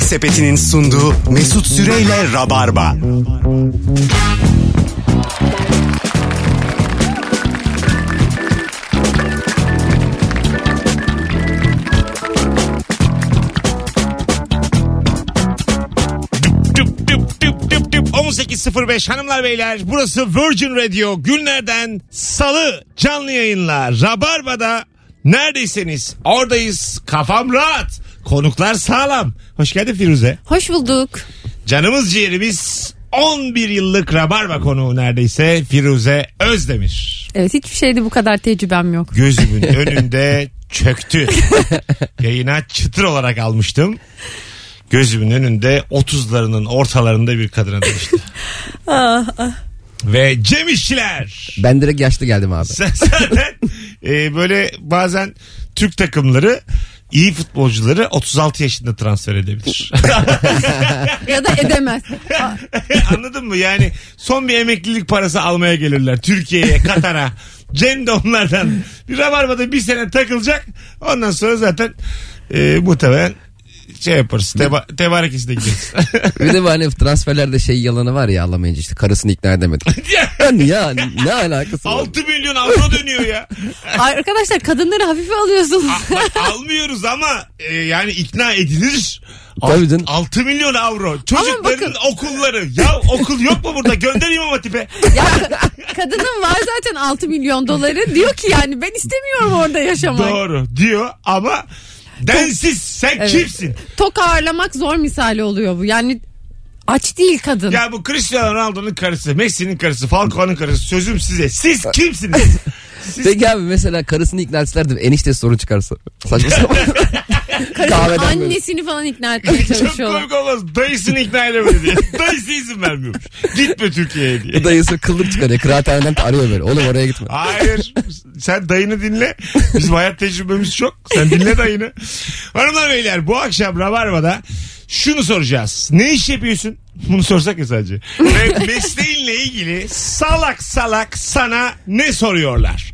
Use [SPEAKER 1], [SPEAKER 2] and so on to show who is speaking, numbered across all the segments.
[SPEAKER 1] Sepeti'nin sunduğu Mesut Süreyle Rabarba.
[SPEAKER 2] Tüp tüp tüp tüp tüp 18.05 hanımlar beyler burası Virgin Radio günlerden salı canlı yayınla Rabarba'da neredeyseniz oradayız kafam rahat konuklar sağlam hoş geldin Firuze
[SPEAKER 3] Hoş bulduk.
[SPEAKER 2] canımız ciğerimiz 11 yıllık Rabarba konuğu neredeyse Firuze Özdemir
[SPEAKER 3] Evet hiçbir şeyde bu kadar tecrübem yok.
[SPEAKER 2] gözümün önünde çöktü yayına çıtır olarak almıştım gözümün önünde 30'larının ortalarında bir kadına dönüştü ve Cem İşçiler.
[SPEAKER 4] Ben direkt yaşlı geldim abi.
[SPEAKER 2] Sen zaten e, böyle bazen Türk takımları iyi futbolcuları 36 yaşında transfer edebilir.
[SPEAKER 3] ya da edemez.
[SPEAKER 2] Anladın mı? Yani son bir emeklilik parası almaya gelirler Türkiye'ye, Katar'a. Cem de onlardan bir rabarbada bir sene takılacak. Ondan sonra zaten e, muhtemelen şey yaparız. Teba, tebarekesine gideriz.
[SPEAKER 4] Bir de bu hani transferlerde şey yalanı var ya anlamayınca işte karısını ikna edemedi. yani ya ne alakası var?
[SPEAKER 2] 6 milyon avro dönüyor ya.
[SPEAKER 3] Ay, Arkadaşlar kadınları hafife alıyorsunuz.
[SPEAKER 2] Bak, almıyoruz ama e, yani ikna edilir.
[SPEAKER 4] Tabii canım.
[SPEAKER 2] 6 milyon avro. Çocukların okulları. Ya okul yok mu burada? Göndereyim ama tipe.
[SPEAKER 3] ya, kadının var zaten 6 milyon doları. Diyor ki yani ben istemiyorum orada yaşamak.
[SPEAKER 2] Doğru diyor ama densiz sen
[SPEAKER 3] Evet.
[SPEAKER 2] kimsin?
[SPEAKER 3] Tok ağırlamak zor misali oluyor bu. Yani aç değil kadın.
[SPEAKER 2] Ya bu Cristiano Ronaldo'nun karısı, Messi'nin karısı, Falcao'nun karısı sözüm size. Siz kimsiniz? Siz
[SPEAKER 4] Peki abi mesela karısını ikna etseler de enişte sorun çıkarsa. Saçma sapan. Kahveden böyle.
[SPEAKER 3] Annesini falan ikna etmeye
[SPEAKER 2] çok
[SPEAKER 3] çalışıyorlar.
[SPEAKER 2] komik olmaz. Dayısını ikna edemedi diye. Dayısı izin vermiyormuş. Gitme Türkiye'ye diye.
[SPEAKER 4] Dayısı kıllık çıkarıyor. Kıraathaneden de arıyor böyle. Oğlum oraya gitme.
[SPEAKER 2] Hayır. Sen dayını dinle. Bizim hayat tecrübemiz çok. Sen dinle dayını. Hanımlar beyler bu akşam Rabarba'da şunu soracağız. Ne iş yapıyorsun? Bunu sorsak ya sadece. Ve mesleğinle ilgili salak salak sana ne soruyorlar?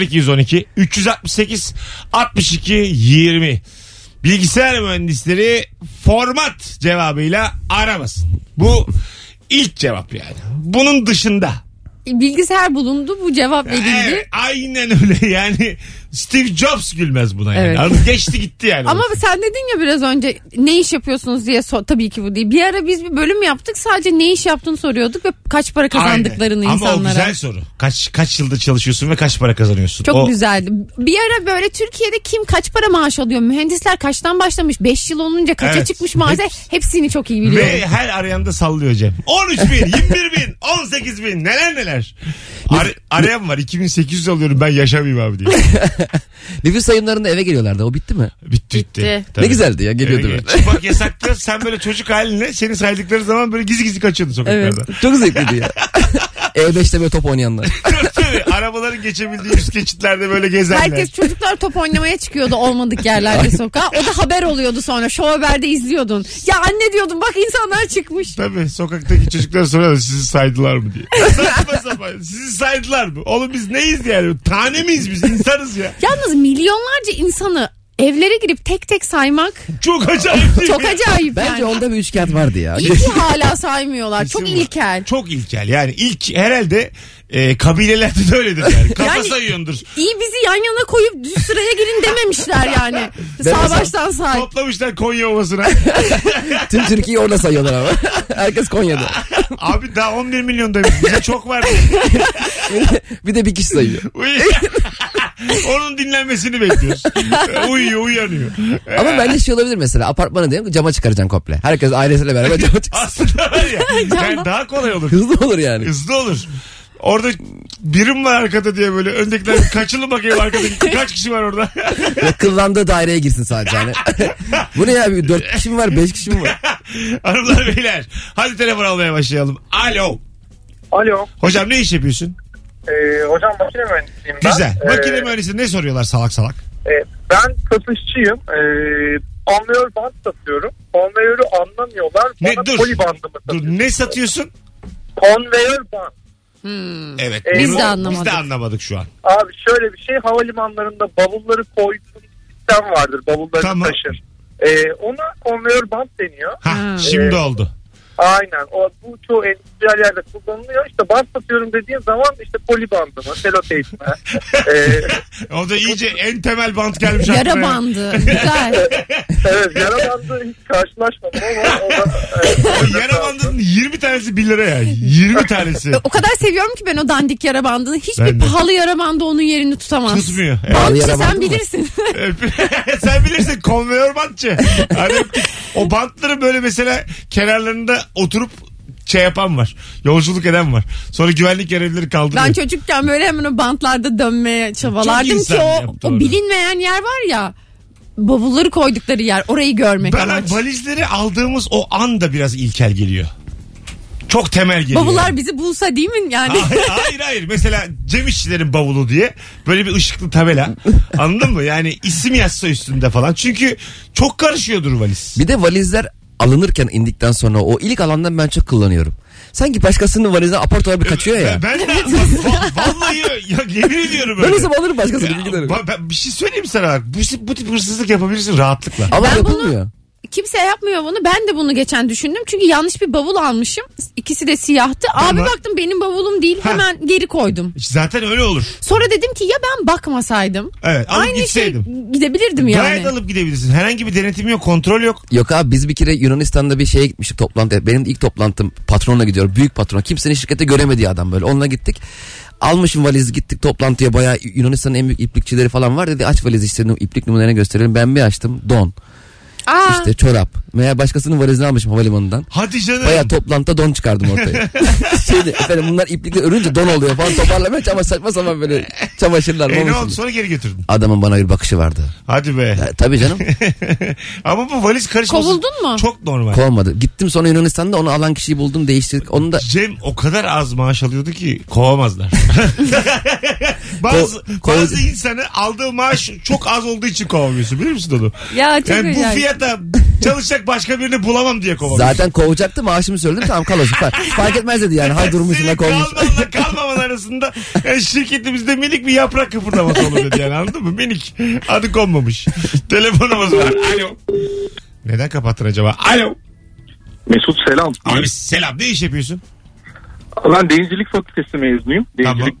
[SPEAKER 2] 0212 368 62 20 Bilgisayar mühendisleri format cevabıyla aramasın. Bu ilk cevap yani. Bunun dışında
[SPEAKER 3] Bilgisayar bulundu bu cevap verildi.
[SPEAKER 2] Evet, aynen öyle yani Steve Jobs gülmez buna yani.
[SPEAKER 3] Evet.
[SPEAKER 2] Artık geçti gitti yani.
[SPEAKER 3] Ama sen dedin ya biraz önce ne iş yapıyorsunuz diye sor- tabii ki bu değil. Bir ara biz bir bölüm yaptık sadece ne iş yaptığını soruyorduk ve kaç para kazandıklarını
[SPEAKER 2] Aynen.
[SPEAKER 3] insanlara.
[SPEAKER 2] Ama o güzel soru. Kaç kaç yılda çalışıyorsun ve kaç para kazanıyorsun?
[SPEAKER 3] Çok
[SPEAKER 2] o,
[SPEAKER 3] güzeldi. Bir ara böyle Türkiye'de kim kaç para maaş alıyor? Mühendisler kaçtan başlamış? 5 yıl olunca kaça
[SPEAKER 2] Evet.
[SPEAKER 3] çıkmış maaşa? Hepsini çok iyi biliyorum.
[SPEAKER 2] Ve her arayan da sallıyor Cem. 13 bin, 21 bin, 18 bin neler neler. Ar- arayan var 2800 alıyorum ben yaşamayayım abi diye.
[SPEAKER 4] Nüfus sayımlarında eve geliyorlardı. O bitti mi?
[SPEAKER 2] Bitti bitti.
[SPEAKER 3] Bitti.
[SPEAKER 2] Tabii.
[SPEAKER 4] Ne güzeldi ya geliyordu
[SPEAKER 2] Evet,
[SPEAKER 4] böyle.
[SPEAKER 2] evet. Çıkmak yasaktı. Sen böyle çocuk haline seni saydıkları zaman böyle gizli gizli kaçıyordun sokaklarda.
[SPEAKER 4] Çok zevkliydi ya. E5'te böyle top oynayanlar.
[SPEAKER 2] Tabii, tabii. Arabaların geçebildiği üst geçitlerde böyle gezerler.
[SPEAKER 3] Herkes çocuklar top oynamaya çıkıyordu olmadık yerlerde sokağa. O da haber oluyordu sonra. Show haberde izliyordun. Ya anne diyordum bak insanlar çıkmış.
[SPEAKER 2] Tabii sokaktaki çocuklar soruyorlar sizi saydılar mı diye. Saçma sapan sizi saydılar mı? Oğlum biz neyiz yani? Tane miyiz biz? İnsanız ya.
[SPEAKER 3] Yalnız milyonlarca insanı evlere girip tek tek saymak
[SPEAKER 2] Çok acayip değil
[SPEAKER 3] çok
[SPEAKER 2] mi?
[SPEAKER 3] acayip yani.
[SPEAKER 4] Bence onda bir üç kağıt vardı ya.
[SPEAKER 3] İyi ki hala saymıyorlar. Çok
[SPEAKER 2] İsim var.
[SPEAKER 3] ilkel.
[SPEAKER 2] Çok ilkel yani ilk herhalde e, kabilelerde de öyledir yani. Kafa
[SPEAKER 3] Yani-
[SPEAKER 2] sayıyordur.
[SPEAKER 3] İyi bizi yan yana koyup düz sıraya girin dememişler yani. Sağ baştan say.
[SPEAKER 2] Toplamışlar Konya Ovası'na.
[SPEAKER 4] Tüm Türkiye'yi orada sayıyorlar ama. Herkes Konya'da.
[SPEAKER 2] Abi daha 11 milyondayız. Bize çok var.
[SPEAKER 4] bir de bir kişi sayıyor.
[SPEAKER 2] Uy- Onun dinlenmesini bekliyoruz. Uyuyor uyanıyor.
[SPEAKER 4] Ama bence şey olabilir mesela apartmana diyelim ki cama çıkaracaksın komple. Herkes ailesiyle beraber cama çıksın.
[SPEAKER 2] Aslında var ya. Yani daha kolay olur.
[SPEAKER 4] Hızlı olur yani.
[SPEAKER 2] Hızlı olur. Orada birim var arkada diye böyle öndekiler kaçılı bakayım arkada kaç kişi var orada.
[SPEAKER 4] Ve kıllandığı daireye girsin sadece hani. Bu ne ya bir dört kişi mi var beş kişi mi var?
[SPEAKER 2] Hanımlar beyler hadi telefon almaya başlayalım. Alo.
[SPEAKER 5] Alo.
[SPEAKER 2] Hocam ne iş yapıyorsun?
[SPEAKER 5] Ee, hocam makine mühendisiyim ben.
[SPEAKER 2] Güzel.
[SPEAKER 3] e,
[SPEAKER 5] Ee,
[SPEAKER 2] Makine mühendisi ne soruyorlar salak salak?
[SPEAKER 5] e, ben satışçıyım. Ee, anlıyor band satıyorum. Konveyörü anlamıyorlar.
[SPEAKER 2] Ne,
[SPEAKER 5] Bana
[SPEAKER 2] dur.
[SPEAKER 5] poli bandımı
[SPEAKER 2] Dur
[SPEAKER 5] satıyor.
[SPEAKER 2] ne satıyorsun?
[SPEAKER 5] Konveyör band.
[SPEAKER 2] Evet.
[SPEAKER 5] Ee,
[SPEAKER 3] Biz de
[SPEAKER 2] Biz
[SPEAKER 3] anlamadık.
[SPEAKER 2] de anlamadık şu an.
[SPEAKER 5] Abi şöyle bir şey havalimanlarında bavulları koyduğun sistem vardır. Bavulları
[SPEAKER 2] Tamam.
[SPEAKER 5] taşır. Ee, ona konveyör bant deniyor.
[SPEAKER 2] Ha,
[SPEAKER 3] Ha.
[SPEAKER 2] şimdi oldu.
[SPEAKER 5] Aynen. O, bu çoğu endüstriyel yerde kullanılıyor. İşte bant satıyorum dediğin zaman işte poli bandımı, seloteypimi. ee,
[SPEAKER 2] O da iyice en temel bant gelmiş
[SPEAKER 3] Yara
[SPEAKER 2] aklıma.
[SPEAKER 3] bandı. Güzel.
[SPEAKER 5] evet yara bandı hiç karşılaşmadım ama o da... e,
[SPEAKER 2] Yara bandının 20 tanesi 1 lira ya. 20 tanesi.
[SPEAKER 3] O kadar seviyorum ki ben o dandik yara bandını. Hiçbir
[SPEAKER 2] Ben de.
[SPEAKER 3] pahalı yara bandı onun yerini tutamaz.
[SPEAKER 2] Tutmuyor. Evet.
[SPEAKER 4] Pahalı
[SPEAKER 3] Bankçı
[SPEAKER 4] yara bandı
[SPEAKER 3] sen
[SPEAKER 4] mı?
[SPEAKER 3] bilirsin.
[SPEAKER 2] Öp- Sen bilirsin konveyör bantçı. Hani o bantları böyle mesela kenarlarında oturup şey yapan var. Yolculuk eden var. Sonra güvenlik görevlileri kaldırıyor.
[SPEAKER 3] ben çocukken böyle hemen o bantlarda dönmeye çabalardım
[SPEAKER 2] insan
[SPEAKER 3] ki o,
[SPEAKER 2] yaptı onu.
[SPEAKER 3] o bilinmeyen yer var ya. Bavulları koydukları yer. Orayı görmek
[SPEAKER 2] Bana
[SPEAKER 3] amaç.
[SPEAKER 2] valizleri aldığımız o anda biraz ilkel geliyor. Çok temel geliyor.
[SPEAKER 3] Bavullar bizi bulsa değil mi yani?
[SPEAKER 2] hayır, hayır hayır. Mesela Cem İşçilerin bavulu diye böyle bir ışıklı tabela. Anladın mı? Yani isim yazsa üstünde falan. Çünkü çok karışıyordur valiz.
[SPEAKER 4] Bir de valizler alınırken indikten sonra o ilk alandan ben çok kullanıyorum. Sanki başkasının valizine apart olarak bir kaçıyor ya.
[SPEAKER 2] Ben de va- vallahi ya, yemin ediyorum
[SPEAKER 4] Ben
[SPEAKER 2] öyle.
[SPEAKER 4] o zaman alırım başkasını bilgi ederim.
[SPEAKER 2] Ba- ben bir şey söyleyeyim mi sana. Bu, bu tip hırsızlık yapabilirsin rahatlıkla.
[SPEAKER 4] Ama
[SPEAKER 3] Ben bunu-
[SPEAKER 4] yapılmıyor.
[SPEAKER 3] Kimse yapmıyor bunu. Ben de bunu geçen düşündüm. Çünkü yanlış bir bavul almışım. İkisi de siyahtı. Abi
[SPEAKER 2] Tamam.
[SPEAKER 3] baktım benim bavulum değil.
[SPEAKER 2] Ha.
[SPEAKER 3] Hemen geri koydum.
[SPEAKER 2] Zaten öyle olur.
[SPEAKER 3] Sonra dedim ki ya ben bakmasaydım.
[SPEAKER 2] Evet, alıp
[SPEAKER 3] Aynı şey
[SPEAKER 2] gitseydim.
[SPEAKER 3] gidebilirdim yani.
[SPEAKER 2] Gayet alıp gidebilirsin. Herhangi bir denetim yok, kontrol yok.
[SPEAKER 4] Yok abi biz bir kere Yunanistan'da bir şeye gitmiştik toplantı. Benim ilk toplantım patronla gidiyor. Büyük patron. Kimsenin şirkette göremediği adam böyle. Onunla gittik. Almışım valiz gittik toplantıya bayağı Yunanistan'ın en büyük iplikçileri falan var dedi. Aç valiz işte iplik numaralarını gösterelim. Ben bir açtım don
[SPEAKER 3] Aa,
[SPEAKER 4] işte çorap. Meğer başkasının valizini almışım havalimanından.
[SPEAKER 2] Hadi canım.
[SPEAKER 4] Bayağı toplantıda don çıkardım ortaya. Şeydi efendim bunlar iplikle örünce don oluyor falan toparlamaya ama saçma sapan böyle çamaşırlar.
[SPEAKER 2] e ne
[SPEAKER 4] mamışırlar.
[SPEAKER 2] oldu sonra geri götürdün.
[SPEAKER 4] Adamın bana bir bakışı vardı.
[SPEAKER 2] Hadi be.
[SPEAKER 4] E, tabii canım
[SPEAKER 2] Ama bu valiz karışması
[SPEAKER 3] Kovuldun mu?
[SPEAKER 2] Çok normal.
[SPEAKER 4] kovmadı. Gittim sonra Yunanistan'da onu alan kişiyi buldum değiştirdik. Onu da
[SPEAKER 2] Cem o kadar az maaş alıyordu ki kovamazlar. bazı,
[SPEAKER 4] Ko- ko-
[SPEAKER 2] bazı insanı aldığı maaş çok az olduğu için kovamıyorsun biliyor musun onu?
[SPEAKER 3] ya çok
[SPEAKER 2] Yani bu
[SPEAKER 3] acayip.
[SPEAKER 2] fiyata çalışacak başka birini bulamam diye kovamıyorsun.
[SPEAKER 4] Zaten kovacaktı maaşımı söyledim tamam kal olsun. Fark, fark etmez dedi yani ha durmuş
[SPEAKER 2] Senin
[SPEAKER 4] yine kovmuş.
[SPEAKER 2] kalmanla kalmaman arasında yani şirketimizde minik bir yaprak kıpırdaması olur dedi yani anladın mı? Minik. Adı konmamış. Telefonumuz var. Alo. Neden kapattın acaba? Alo.
[SPEAKER 5] Mesut selam.
[SPEAKER 2] Abi selam ne iş yapıyorsun?
[SPEAKER 5] Ben denizcilik fakültesi mezunuyum. Denizcilik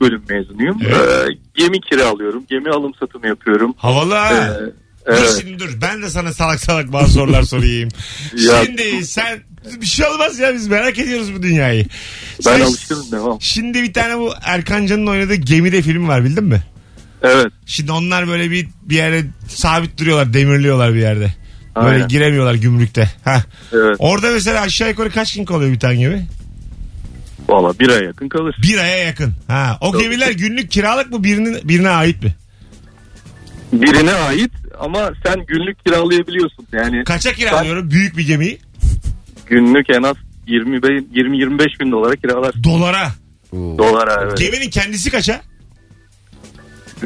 [SPEAKER 2] Tamam.
[SPEAKER 5] bölüm mezunuyum.
[SPEAKER 2] Evet.
[SPEAKER 5] Ee, gemi kiralıyorum. Gemi alım satımı yapıyorum.
[SPEAKER 2] Havalı ha.
[SPEAKER 5] Ee,
[SPEAKER 2] Dur
[SPEAKER 5] evet.
[SPEAKER 2] şimdi dur. Ben de sana salak salak bazı sorular sorayım.
[SPEAKER 5] Ya.
[SPEAKER 2] Şimdi sen bir şey olmaz ya biz merak ediyoruz bu dünyayı.
[SPEAKER 5] Ben
[SPEAKER 2] Sen-
[SPEAKER 5] alışkınım devam.
[SPEAKER 2] Şimdi bir tane bu Erkan Can'ın oynadığı gemide film var bildin mi?
[SPEAKER 5] Evet.
[SPEAKER 2] Şimdi onlar böyle bir bir yere sabit duruyorlar, demirliyorlar bir yerde. Böyle
[SPEAKER 5] Aynen.
[SPEAKER 2] giremiyorlar gümrükte. Ha.
[SPEAKER 5] Evet.
[SPEAKER 2] Orada mesela aşağı yukarı kaç gün kalıyor bir tane gemi?
[SPEAKER 5] Valla bir aya yakın kalır.
[SPEAKER 2] Bir aya yakın. Ha. O
[SPEAKER 5] Tabii.
[SPEAKER 2] gemiler günlük kiralık mı birinin birine ait mi?
[SPEAKER 5] Birine ait ama sen günlük kiralayabiliyorsun. Yani
[SPEAKER 2] Kaça kiralıyorum büyük bir gemiyi?
[SPEAKER 5] günlük en az 20-25 bin dolara kiralar.
[SPEAKER 2] Dolara.
[SPEAKER 5] Dolara evet.
[SPEAKER 2] Geminin kendisi kaça?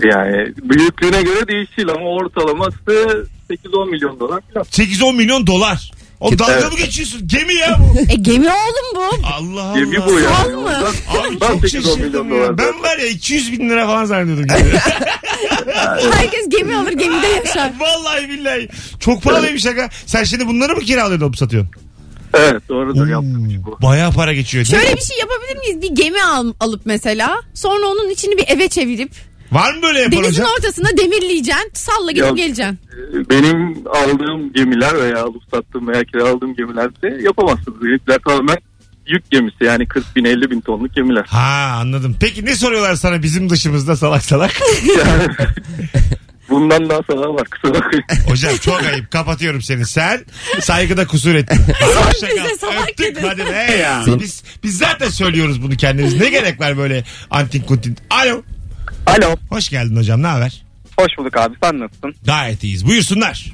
[SPEAKER 5] Yani büyüklüğüne göre değişir ama ortalaması 8-10 milyon dolar falan.
[SPEAKER 2] 8-10 milyon dolar. O dalga
[SPEAKER 5] Evet.
[SPEAKER 2] mı geçiyorsun? Gemi ya bu.
[SPEAKER 3] E gemi oğlum bu.
[SPEAKER 2] Allah Allah.
[SPEAKER 5] Gemi bu
[SPEAKER 3] Sal
[SPEAKER 5] yani.
[SPEAKER 3] mı?
[SPEAKER 5] Ondan-
[SPEAKER 2] Abi
[SPEAKER 5] Ondan
[SPEAKER 2] çok
[SPEAKER 5] 8-10 milyon
[SPEAKER 2] şaşırdım ya.
[SPEAKER 5] dolar.
[SPEAKER 2] Ben var ya 200 bin lira falan zannediyordum. gemiyi.
[SPEAKER 3] Herkes gemi alır gemide yaşar.
[SPEAKER 2] Vallahi billahi. Çok pahalıymış aga. Sen şimdi bunları mı kiralıyordun alıp satıyorsun?
[SPEAKER 5] Evet
[SPEAKER 2] Hmm.
[SPEAKER 5] doğrudur yaptığım iş bu.
[SPEAKER 2] Oo, Bayağı para geçiyor. değil mi?
[SPEAKER 3] Şöyle bir şey yapabilir miyiz? Bir gemi al- alıp mesela sonra onun içini bir eve çevirip
[SPEAKER 2] Var mı böyle yapan
[SPEAKER 3] denizin
[SPEAKER 2] hocam?
[SPEAKER 3] ortasına demirleyeceksin. Salla gidip
[SPEAKER 5] Yok.
[SPEAKER 3] geleceksin.
[SPEAKER 5] Benim aldığım gemiler veya alıp sattığım veya kiraladığım gemilerde yapamazsınız. Herifler tamamen yük gemisi yani 40 bin 50 bin tonluk gemiler.
[SPEAKER 2] Ha anladım. Peki ne soruyorlar sana bizim dışımızda salak salak?
[SPEAKER 5] Yani bundan daha sana var kusura bakmayın.
[SPEAKER 2] Hocam çok ayıp. Kapatıyorum seni. Sen saygıda kusur ettin. Hoşça kal.
[SPEAKER 3] bize salak
[SPEAKER 2] Öptük.
[SPEAKER 3] dedin.
[SPEAKER 2] Hadi ne ya.
[SPEAKER 4] Sen-
[SPEAKER 2] Biz, biz zaten söylüyoruz bunu kendimiz. Ne gerek var böyle antin kuntin. Alo.
[SPEAKER 6] Alo.
[SPEAKER 2] Hoş geldin hocam. Ne haber?
[SPEAKER 6] Hoş bulduk abi. Sen nasılsın?
[SPEAKER 2] Gayet iyiyiz. Buyursunlar.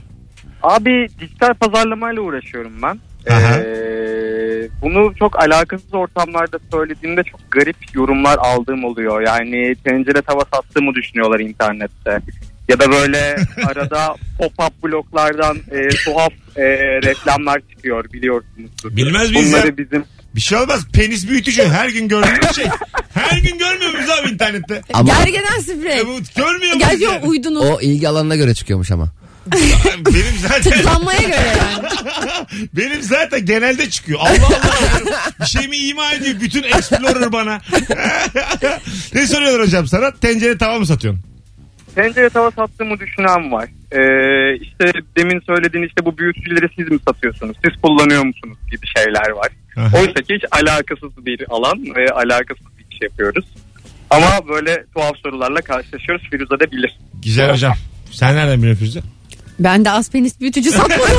[SPEAKER 6] Abi dijital pazarlamayla uğraşıyorum ben.
[SPEAKER 2] Aha.
[SPEAKER 6] Ee, bunu çok alakasız ortamlarda söylediğimde çok garip yorumlar aldığım oluyor. Yani tencere tava sattığımı düşünüyorlar internette. Ya da böyle arada pop-up bloklardan e, tuhaf e, reklamlar çıkıyor biliyorsunuzdur.
[SPEAKER 2] Bilmez miyiz ya?
[SPEAKER 6] Bunları bizim
[SPEAKER 2] Bir şey olmaz. Penis büyütücü. Her gün gördüğümüz şey. Her gün görmüyor muyuz abi internette?
[SPEAKER 4] Ama
[SPEAKER 3] Gergeden sprey.
[SPEAKER 2] E bu Görmüyor muyuz?
[SPEAKER 3] Gerçi
[SPEAKER 2] yani?
[SPEAKER 3] o uydunuz.
[SPEAKER 4] o ilgi alanına göre çıkıyormuş ama.
[SPEAKER 2] benim zaten
[SPEAKER 3] Tıklanmaya göre yani.
[SPEAKER 2] benim zaten genelde çıkıyor. Allah Allah. diyorum. bir şey mi ima ediyor bütün Explorer bana. ne soruyorlar hocam sana? Tencere tava mı satıyorsun?
[SPEAKER 6] Tencere tava sattığımı düşünen var. Ee, işte demin söylediğin işte bu büyütücüleri siz mi satıyorsunuz? Siz kullanıyor musunuz gibi şeyler var.
[SPEAKER 2] Aha.
[SPEAKER 6] Oysa ki hiç alakasız bir alan ve alakasız bir iş yapıyoruz. Ama böyle tuhaf sorularla karşılaşıyoruz. Firuze de bilir.
[SPEAKER 2] Güzel hocam. Sen nereden biliyorsun Firuze?
[SPEAKER 3] Ben de az penis büyütücü satmadım.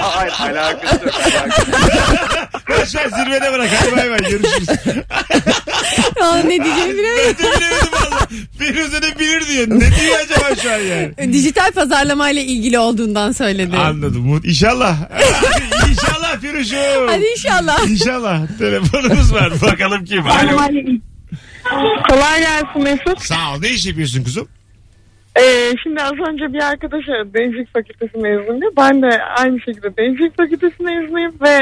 [SPEAKER 6] Aa, Hayır alakası yok. alakası yok.
[SPEAKER 2] Boş ver zirvede bırak. Hadi bay bay görüşürüz.
[SPEAKER 3] Aa, ne diyeceğimi bilemedim.
[SPEAKER 2] Ben de bilemedim valla. Firuze de bilir diyor. Ne diyor acaba şu an yani?
[SPEAKER 3] Dijital pazarlamayla ilgili olduğundan söyledi.
[SPEAKER 2] Anladım. Mut- İnşallah. İnşallah Firuş'um.
[SPEAKER 3] Hadi inşallah.
[SPEAKER 2] İnşallah. Telefonumuz var. Bakalım kim? Alo.
[SPEAKER 7] Aleyküm. Kolay gelsin Mesut.
[SPEAKER 2] Sağ ol. Ne iş yapıyorsun kuzum?
[SPEAKER 7] Ee, şimdi az önce bir arkadaş aradı. Denizcilik Fakültesi mezunu diye. Ben de aynı şekilde Denizcilik Fakültesi mezunuyum ve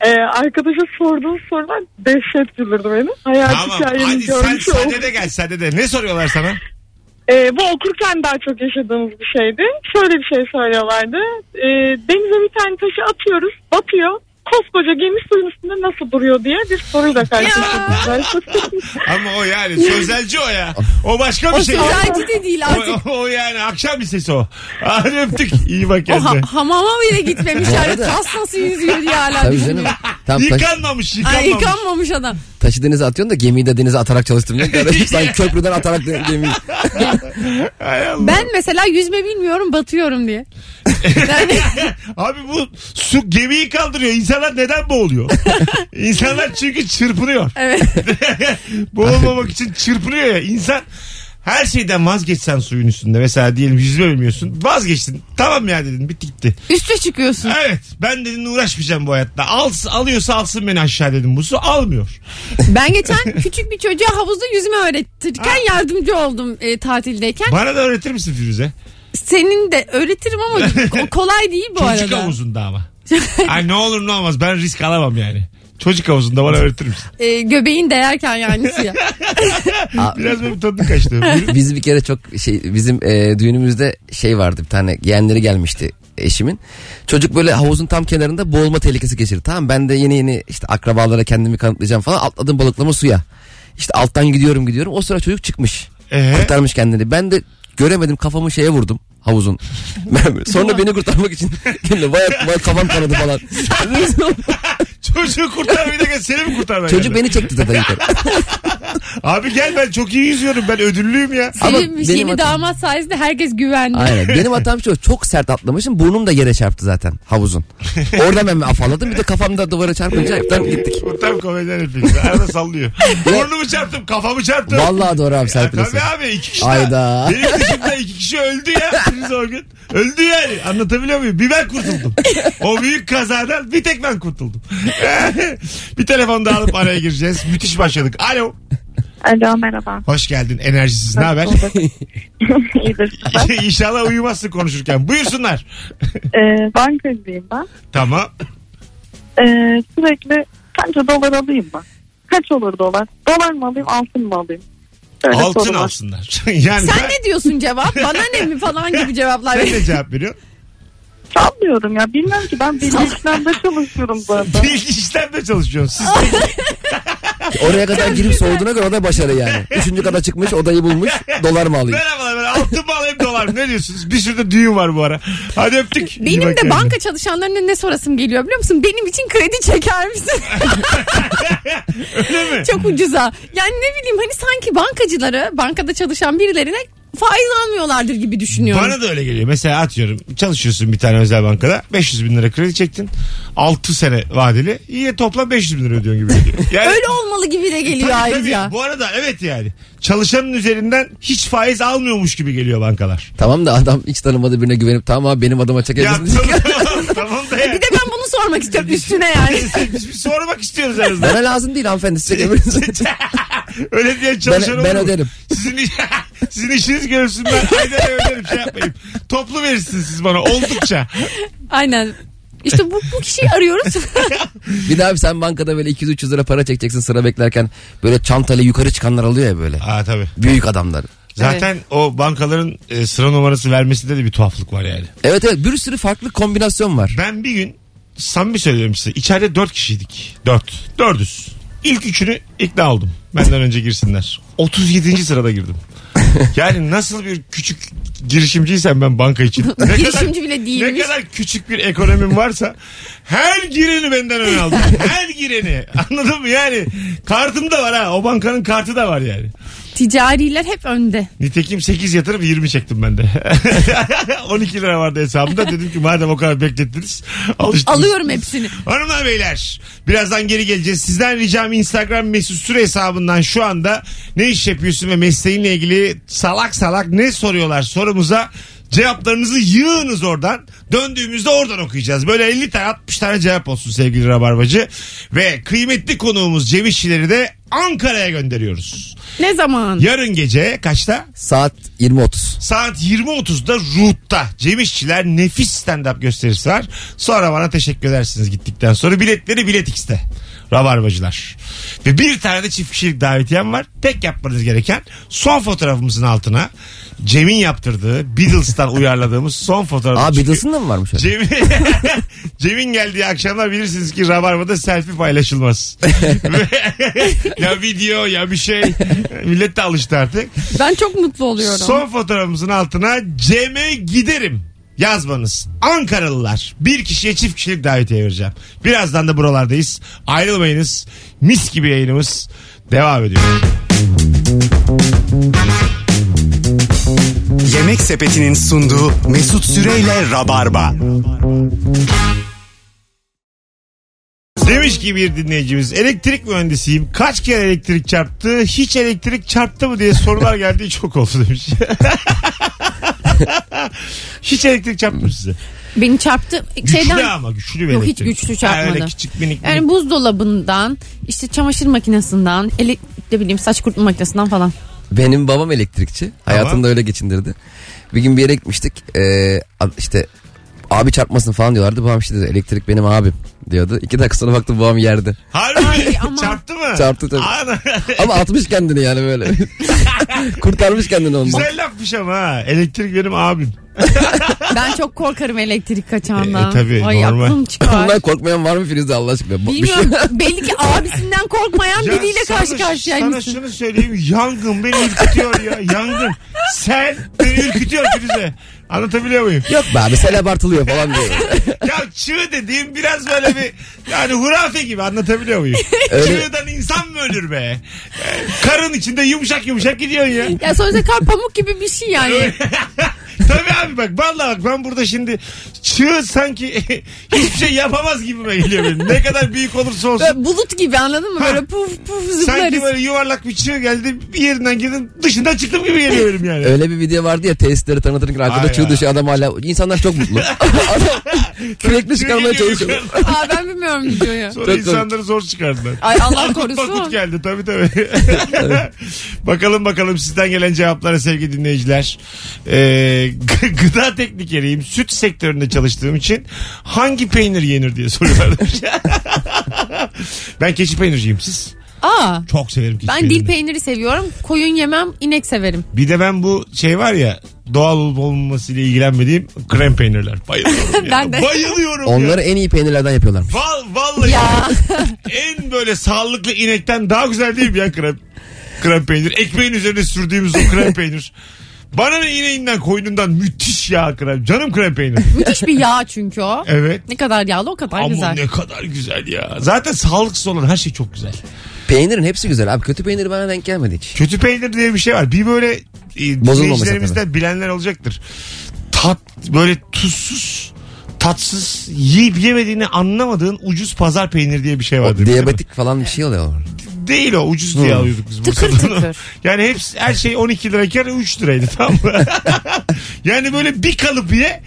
[SPEAKER 7] e, arkadaşa sorduğum sorular dehşet güldürdü beni. Hayat
[SPEAKER 2] Tamam. Hadi
[SPEAKER 7] hikayemi
[SPEAKER 2] sen
[SPEAKER 7] görmüş oldum.
[SPEAKER 2] sade de gel sade de. Ne soruyorlar sana?
[SPEAKER 7] Ee, bu okurken daha çok yaşadığımız bir şeydi. Şöyle bir şey söylüyorlardı. Ee, denize bir tane taşı atıyoruz, batıyor. Koskoca gemi suyun üstünde nasıl duruyor diye bir soruyla karşılaştık.
[SPEAKER 2] Ama o yani sözelci o ya. O başka
[SPEAKER 3] O
[SPEAKER 2] bir şey. ya.
[SPEAKER 3] sözelci de değil artık.
[SPEAKER 2] O, o yani akşam lisesi o. Hadi öptük. İyi bak
[SPEAKER 3] O ha-
[SPEAKER 2] kendine.
[SPEAKER 3] hamama bile gitmemiş
[SPEAKER 4] Bu
[SPEAKER 3] yani.
[SPEAKER 4] arada-
[SPEAKER 3] Kas nasıl yüzüyor diye hala
[SPEAKER 4] Tabii
[SPEAKER 3] düşünüyor.
[SPEAKER 4] canım. Tam taş,
[SPEAKER 2] Yıkanmamış
[SPEAKER 3] Ay
[SPEAKER 2] yıkanmamış.
[SPEAKER 3] yıkanmamış adam.
[SPEAKER 4] taşı denize atıyorsun da gemiyi de denize atarak çalıştırmıyorsun. Garip. Sanki köprüden atarak de- gemiyi.
[SPEAKER 2] Ay Allah.
[SPEAKER 3] Ben mesela yüzme bilmiyorum batıyorum diye. Yani
[SPEAKER 2] Abi bu su gemiyi kaldırıyor. İnsanlar neden boğuluyor? İnsanlar çünkü çırpınıyor.
[SPEAKER 3] evet.
[SPEAKER 2] Boğulmamak için çırpınıyor ya. İnsan her şeyden vazgeçsen suyun üstünde. Mesela diyelim yüzme bilmiyorsun. Vazgeçtin. Tamam ya dedin. Bitti gitti.
[SPEAKER 3] Üste çıkıyorsun.
[SPEAKER 2] Evet. Ben dedin uğraşmayacağım bu hayatta. Al, alıyorsa alsın beni aşağı dedim. Bu su almıyor.
[SPEAKER 3] Ben geçen küçük bir çocuğa havuzda yüzme öğretirken yardımcı oldum e, tatildeyken.
[SPEAKER 2] Bana da öğretir misin Firuze?
[SPEAKER 3] Senin de öğretirim ama ko- kolay değil bu
[SPEAKER 2] Çocuk
[SPEAKER 3] arada.
[SPEAKER 2] havuzunda ama. Ay ne olur ne olmaz. Ben risk alamam yani. Çocuk havuzunda bana öğretir misin?
[SPEAKER 3] E, göbeğin değerken yani suya.
[SPEAKER 4] Aa,
[SPEAKER 2] Biraz benim tadım kaçtı. Buyurun.
[SPEAKER 4] Biz bir kere çok şey bizim e, düğünümüzde şey vardı bir tane yeğenleri gelmişti eşimin. Çocuk böyle havuzun tam kenarında boğulma tehlikesi geçirdi. Tamam ben de yeni yeni işte akrabalara kendimi kanıtlayacağım falan atladım balıklama suya. İşte alttan gidiyorum gidiyorum o sıra çocuk çıkmış.
[SPEAKER 2] Ee?
[SPEAKER 4] Kurtarmış kendini. Ben de göremedim kafamı şeye vurdum havuzun. Ben- Sonra beni kurtarmak için kendine vay, vay kafam kanadı falan.
[SPEAKER 2] Çocuğu kurtar bir dakika seni mi kurtarmaya
[SPEAKER 4] Çocuk
[SPEAKER 2] geldi?
[SPEAKER 4] beni çekti zaten yukarı.
[SPEAKER 2] Abi gel ben çok iyi yüzüyorum ben ödüllüyüm ya.
[SPEAKER 4] Ama
[SPEAKER 3] Sevinmiş
[SPEAKER 4] benim
[SPEAKER 3] yeni
[SPEAKER 4] hatam-
[SPEAKER 3] damat sayesinde herkes güvendi.
[SPEAKER 4] Aynen. Benim hatam şu çok sert atlamışım. Burnum da yere çarptı zaten havuzun. Orada ben bir afalladım. Bir de kafamda duvara çarpınca hepten gittik.
[SPEAKER 2] Bu tam komedyen hepimiz. Arada sallıyor. Burnumu çarptım kafamı çarptım.
[SPEAKER 4] Vallahi doğru abi
[SPEAKER 2] Ya
[SPEAKER 4] Serpil Usta.
[SPEAKER 2] Tabii abi iki kişi
[SPEAKER 4] Hayda.
[SPEAKER 2] daha. Benim dışımda iki kişi öldü ya. Biz o gün. Öldü yani. Anlatabiliyor muyum? Bir ben kurtuldum. O büyük kazadan bir tek ben kurtuldum. bir telefon daha alıp araya gireceğiz. Müthiş başladık. Alo.
[SPEAKER 7] Alo merhaba.
[SPEAKER 2] Hoş geldin. Enerjisiz. Ne haber?
[SPEAKER 7] İyidir.
[SPEAKER 2] İnşallah uyumazsın konuşurken. Buyursunlar.
[SPEAKER 7] Ee, bankacıyım ben.
[SPEAKER 2] Tamam.
[SPEAKER 7] Ee, sürekli sence dolar alayım mı? Kaç olur dolar? Dolar mı alayım altın mı alayım? Böyle
[SPEAKER 2] Altın
[SPEAKER 7] sorular.
[SPEAKER 2] alsınlar. yani
[SPEAKER 3] Sen
[SPEAKER 2] ben-
[SPEAKER 3] ne diyorsun cevap? Bana ne mi falan gibi cevaplar.
[SPEAKER 2] sen ne cevap veriyorsun?
[SPEAKER 7] Sanmıyorum ya bilmiyorum ki ben bilgi işlemde çalışıyorum zaten.
[SPEAKER 2] Bilgi işlemde çalışıyorsun. Siz
[SPEAKER 4] Oraya kadar girip soğuduğuna göre o da başarı yani. Üçüncü kata çıkmış odayı bulmuş. Dolar mı alayım?
[SPEAKER 2] merhabalar ben altın mı alayım dolar mı? Ne diyorsunuz? Bir sürü de düğün var bu ara. Hadi öptük. İyi
[SPEAKER 3] Benim
[SPEAKER 2] bak
[SPEAKER 3] de
[SPEAKER 2] kendine.
[SPEAKER 3] banka çalışanlarına ne sorasım geliyor biliyor musun? Benim için kredi çeker misin?
[SPEAKER 2] Öyle mi?
[SPEAKER 3] Çok ucuza. Yani ne bileyim hani sanki bankacıları, bankada çalışan birilerine faiz almıyorlardır gibi düşünüyorum.
[SPEAKER 2] Bana da öyle geliyor. Mesela atıyorum çalışıyorsun bir tane özel bankada. 500 bin lira kredi çektin. 6 sene vadeli. Yine toplam 500 bin lira ödüyorsun gibi geliyor. Yani,
[SPEAKER 3] Öyle olmalı gibi de geliyor
[SPEAKER 2] Tabii, tabii.
[SPEAKER 3] ayrıca.
[SPEAKER 2] Bu arada evet yani. Çalışanın üzerinden hiç faiz almıyormuş gibi geliyor bankalar.
[SPEAKER 4] Tamam da adam hiç tanımadığı birine güvenip tamam abi benim adama
[SPEAKER 2] Ya
[SPEAKER 4] çekebilirsin.
[SPEAKER 2] tamam, tamam, tamam da yani.
[SPEAKER 3] E Bir de ben bunu sormak istiyorum üstüne yani.
[SPEAKER 2] Biz bir sormak istiyoruz en azından.
[SPEAKER 4] Bana lazım değil hanımefendi siz çekebilirsiniz.
[SPEAKER 2] Öyle diye çalışan
[SPEAKER 4] Ben- ben
[SPEAKER 2] olur mu?
[SPEAKER 4] öderim.
[SPEAKER 2] Sizin, iş- sizin işiniz görülsün ben aydan öderim şey yapmayayım. Toplu verirsiniz siz bana oldukça.
[SPEAKER 3] Aynen. İşte bu, bu kişiyi arıyoruz.
[SPEAKER 4] bir daha abi sen bankada böyle 200-300 lira para çekeceksin sıra beklerken böyle çantayla yukarı çıkanlar alıyor ya böyle.
[SPEAKER 2] Aa tabii.
[SPEAKER 4] Büyük adamlar.
[SPEAKER 2] Zaten o bankaların e, sıra numarası vermesinde de bir tuhaflık var yani.
[SPEAKER 4] Evet evet bir sürü farklı kombinasyon var.
[SPEAKER 2] Ben bir gün samimi söylüyorum size içeride dört kişiydik. Dört. Dördüz. İlk üçünü ikna oldum. Benden önce girsinler. 37. sırada girdim. Yani nasıl bir küçük girişimciysem ben banka için. Ne kadar-
[SPEAKER 3] Girişimci bile
[SPEAKER 2] ne
[SPEAKER 3] değilmiş.
[SPEAKER 2] kadar küçük bir ekonomim varsa her gireni benden ön aldım. Her gireni. Anladın mı? Yani kartım da var ha. O bankanın kartı da var yani.
[SPEAKER 3] Ticariler hep önde.
[SPEAKER 2] Nitekim 8 yatırıp 20 çektim ben de. 12 lira vardı hesabımda. Dedim ki madem o kadar beklettiniz. Alıştınız.
[SPEAKER 3] Alıyorum hepsini.
[SPEAKER 2] Hanımlar beyler birazdan geri geleceğiz. Sizden ricam Instagram mesut süre hesabından şu anda ne iş yapıyorsun ve mesleğinle ilgili salak salak ne soruyorlar sorumuza cevaplarınızı yığınız oradan. Döndüğümüzde oradan okuyacağız. Böyle 50 tane 60 tane cevap olsun sevgili Rabarbacı. Ve kıymetli konuğumuz Cem İşçileri de Ankara'ya gönderiyoruz.
[SPEAKER 3] Ne zaman?
[SPEAKER 2] Yarın gece kaçta?
[SPEAKER 4] Saat 20.30.
[SPEAKER 2] Saat 20.30'da Ruh'ta Cem İşçiler nefis stand-up gösterisi var. Sonra bana teşekkür edersiniz gittikten sonra. Biletleri Bilet X'te. Rabarbacılar. Ve bir tane de çift kişilik davetiyem var. Tek yapmanız gereken son fotoğrafımızın altına Cem'in yaptırdığı Beatles'tan uyarladığımız son fotoğrafı.
[SPEAKER 4] Aa
[SPEAKER 2] Çünkü
[SPEAKER 4] Beatles'ın da mı varmış öyle?
[SPEAKER 2] Cem'in, Cem'in geldiği akşamlar bilirsiniz ki Rabarba'da selfie paylaşılmaz. ya video ya bir şey. Millet de alıştı artık.
[SPEAKER 3] Ben çok mutlu oluyorum.
[SPEAKER 2] Son fotoğrafımızın altına Cem'e giderim yazmanız. Ankaralılar bir kişiye çift kişilik davetiye vereceğim. Birazdan da buralardayız. Ayrılmayınız. Mis gibi yayınımız devam ediyor.
[SPEAKER 1] Yemek Sepeti'nin sunduğu Mesut Süreyle Rabarba.
[SPEAKER 2] Demiş ki bir dinleyicimiz elektrik mühendisiyim. Kaç kere elektrik çarptı? Hiç elektrik çarptı mı diye sorular geldiği çok oldu demiş. Hiç elektrik çarptı mı size?
[SPEAKER 3] Beni çarptı.
[SPEAKER 2] Güçlü
[SPEAKER 3] Şeyden,
[SPEAKER 2] ama güçlü bir
[SPEAKER 3] Yok, hiç
[SPEAKER 2] elektrik.
[SPEAKER 3] güçlü
[SPEAKER 2] Ha, öyle
[SPEAKER 3] çarpmadı.
[SPEAKER 2] küçük minik minik.
[SPEAKER 3] yani buzdolabından, işte çamaşır makinesinden, ele, ne bileyim saç kurutma makinesinden falan.
[SPEAKER 4] Benim babam elektrikçi. Hayatımda öyle geçindirdi. Bir gün bir yere gitmiştik. Ee, a- işte abi çarpmasın falan diyorlardı. Babam işte dedi, elektrik benim abim diyordu. İki dakika sonra baktım babam yerde.
[SPEAKER 2] Harbi mi?
[SPEAKER 3] aman.
[SPEAKER 2] çarptı mı?
[SPEAKER 4] Çarptı tabii.
[SPEAKER 2] Ana.
[SPEAKER 4] Ama atmış kendini yani böyle. Kurtarmış kendini ondan.
[SPEAKER 2] Güzel lafmış ama ha. Elektrik benim abim.
[SPEAKER 3] Ben çok korkarım elektrik kaçağından.
[SPEAKER 2] E, tabii,
[SPEAKER 3] Ay
[SPEAKER 2] normal.
[SPEAKER 3] aklım
[SPEAKER 4] Bundan
[SPEAKER 3] çıkar.
[SPEAKER 4] korkmayan var mı Firuze Allah aşkına? Bu- bir şey-
[SPEAKER 3] Bilmiyorum. Belli ki abisinden korkmayan
[SPEAKER 2] Ya
[SPEAKER 3] biriyle
[SPEAKER 2] sana-
[SPEAKER 3] karşı
[SPEAKER 2] Sana
[SPEAKER 3] karşıyaymışsın.
[SPEAKER 2] şunu söyleyeyim. Yangın beni ürkütüyor ya. Yangın. Sen beni ürkütüyor Firuze. Anlatabiliyor muyum?
[SPEAKER 4] Yok be abi sen abartılıyor falan diyor.
[SPEAKER 2] Ya çığ dediğim biraz böyle bir yani hurafe gibi anlatabiliyor muyum?
[SPEAKER 4] Öyle-
[SPEAKER 2] Çığdan insan mı ölür be? Ee, Karın içinde yumuşak yumuşak gidiyorsun ya.
[SPEAKER 3] Ya sonuçta kar pamuk gibi bir şey yani.
[SPEAKER 2] Tabii abi bak vallahi bak ben burada şimdi çığ sanki hiçbir şey yapamaz gibime geliyor benim. Ne kadar büyük olursa olsun.
[SPEAKER 3] Böyle bulut gibi anladın mı?
[SPEAKER 2] Ha.
[SPEAKER 3] Böyle puf puf
[SPEAKER 2] Sanki
[SPEAKER 3] zıplarız.
[SPEAKER 2] böyle yuvarlak bir çığ geldi bir yerinden girdim dışından çıktım gibi geliyor benim yani.
[SPEAKER 4] Öyle bir video vardı ya tesisleri tanıtırken
[SPEAKER 2] Ay
[SPEAKER 4] arkada çığ
[SPEAKER 2] ya.
[SPEAKER 4] dışı adam hala. insanlar çok mutlu. adam
[SPEAKER 2] Çığ
[SPEAKER 4] kürekli çıkarmaya
[SPEAKER 2] geliyor
[SPEAKER 4] çalışıyor.
[SPEAKER 2] yukarı.
[SPEAKER 3] Aa ben bilmiyorum videoyu.
[SPEAKER 2] Sonra
[SPEAKER 4] Çok
[SPEAKER 2] insanları zor çıkardılar.
[SPEAKER 3] Ay Allah
[SPEAKER 2] Akut bakut
[SPEAKER 3] korusun.
[SPEAKER 2] geldi tabii tabii. bakalım bakalım sizden gelen cevaplara sevgili dinleyiciler. Ee, gı- gıda teknikeriyim. Süt sektöründe çalıştığım için hangi peynir yenir diye soruyorlar. demiş. ben keçi peynirciyim siz.
[SPEAKER 3] Aa.
[SPEAKER 2] Çok severim keçi
[SPEAKER 3] Ben
[SPEAKER 2] peynirini.
[SPEAKER 3] dil peyniri seviyorum. Koyun yemem, inek severim.
[SPEAKER 2] Bir de ben bu şey var ya doğal olup olmamasıyla ilgilenmediğim krem peynirler. Bayılıyorum ya.
[SPEAKER 3] Ben de.
[SPEAKER 2] Bayılıyorum ya.
[SPEAKER 4] Onları en iyi peynirlerden yapıyorlarmış.
[SPEAKER 2] Val, vallahi
[SPEAKER 3] Ya.
[SPEAKER 2] en böyle sağlıklı inekten daha güzel değil mi ya krem? Krem peynir. Ekmeğin üzerine sürdüğümüz o krem peynir. Bana ne ineğinden koyunundan müthiş ya krem. Canım krem peynir.
[SPEAKER 3] Müthiş bir yağ çünkü o.
[SPEAKER 2] Evet.
[SPEAKER 3] Ne kadar yağlı o kadar
[SPEAKER 2] Ama
[SPEAKER 3] güzel.
[SPEAKER 2] ne kadar güzel ya. Zaten sağlıksız olan her şey çok güzel.
[SPEAKER 4] Peynirin hepsi güzel abi. Kötü peynir bana denk gelmedi hiç.
[SPEAKER 2] Kötü peynir diye bir şey var. Bir böyle e,
[SPEAKER 4] Bozulmaması
[SPEAKER 2] dinleyicilerimizden bilenler olacaktır. Tat böyle tuzsuz tatsız yiyip yemediğini anlamadığın ucuz pazar peyniri diye bir şey
[SPEAKER 4] O
[SPEAKER 2] vardır.
[SPEAKER 4] diyabetik falan bir şey oluyor.
[SPEAKER 2] Değil o ucuz diye alıyorduk biz
[SPEAKER 3] Tıkır
[SPEAKER 2] Bursa'dan.
[SPEAKER 3] tıkır.
[SPEAKER 2] Yani hepsi, her şey 12 lirayken 3 liraydı tamam mı? yani böyle bir kalıp ye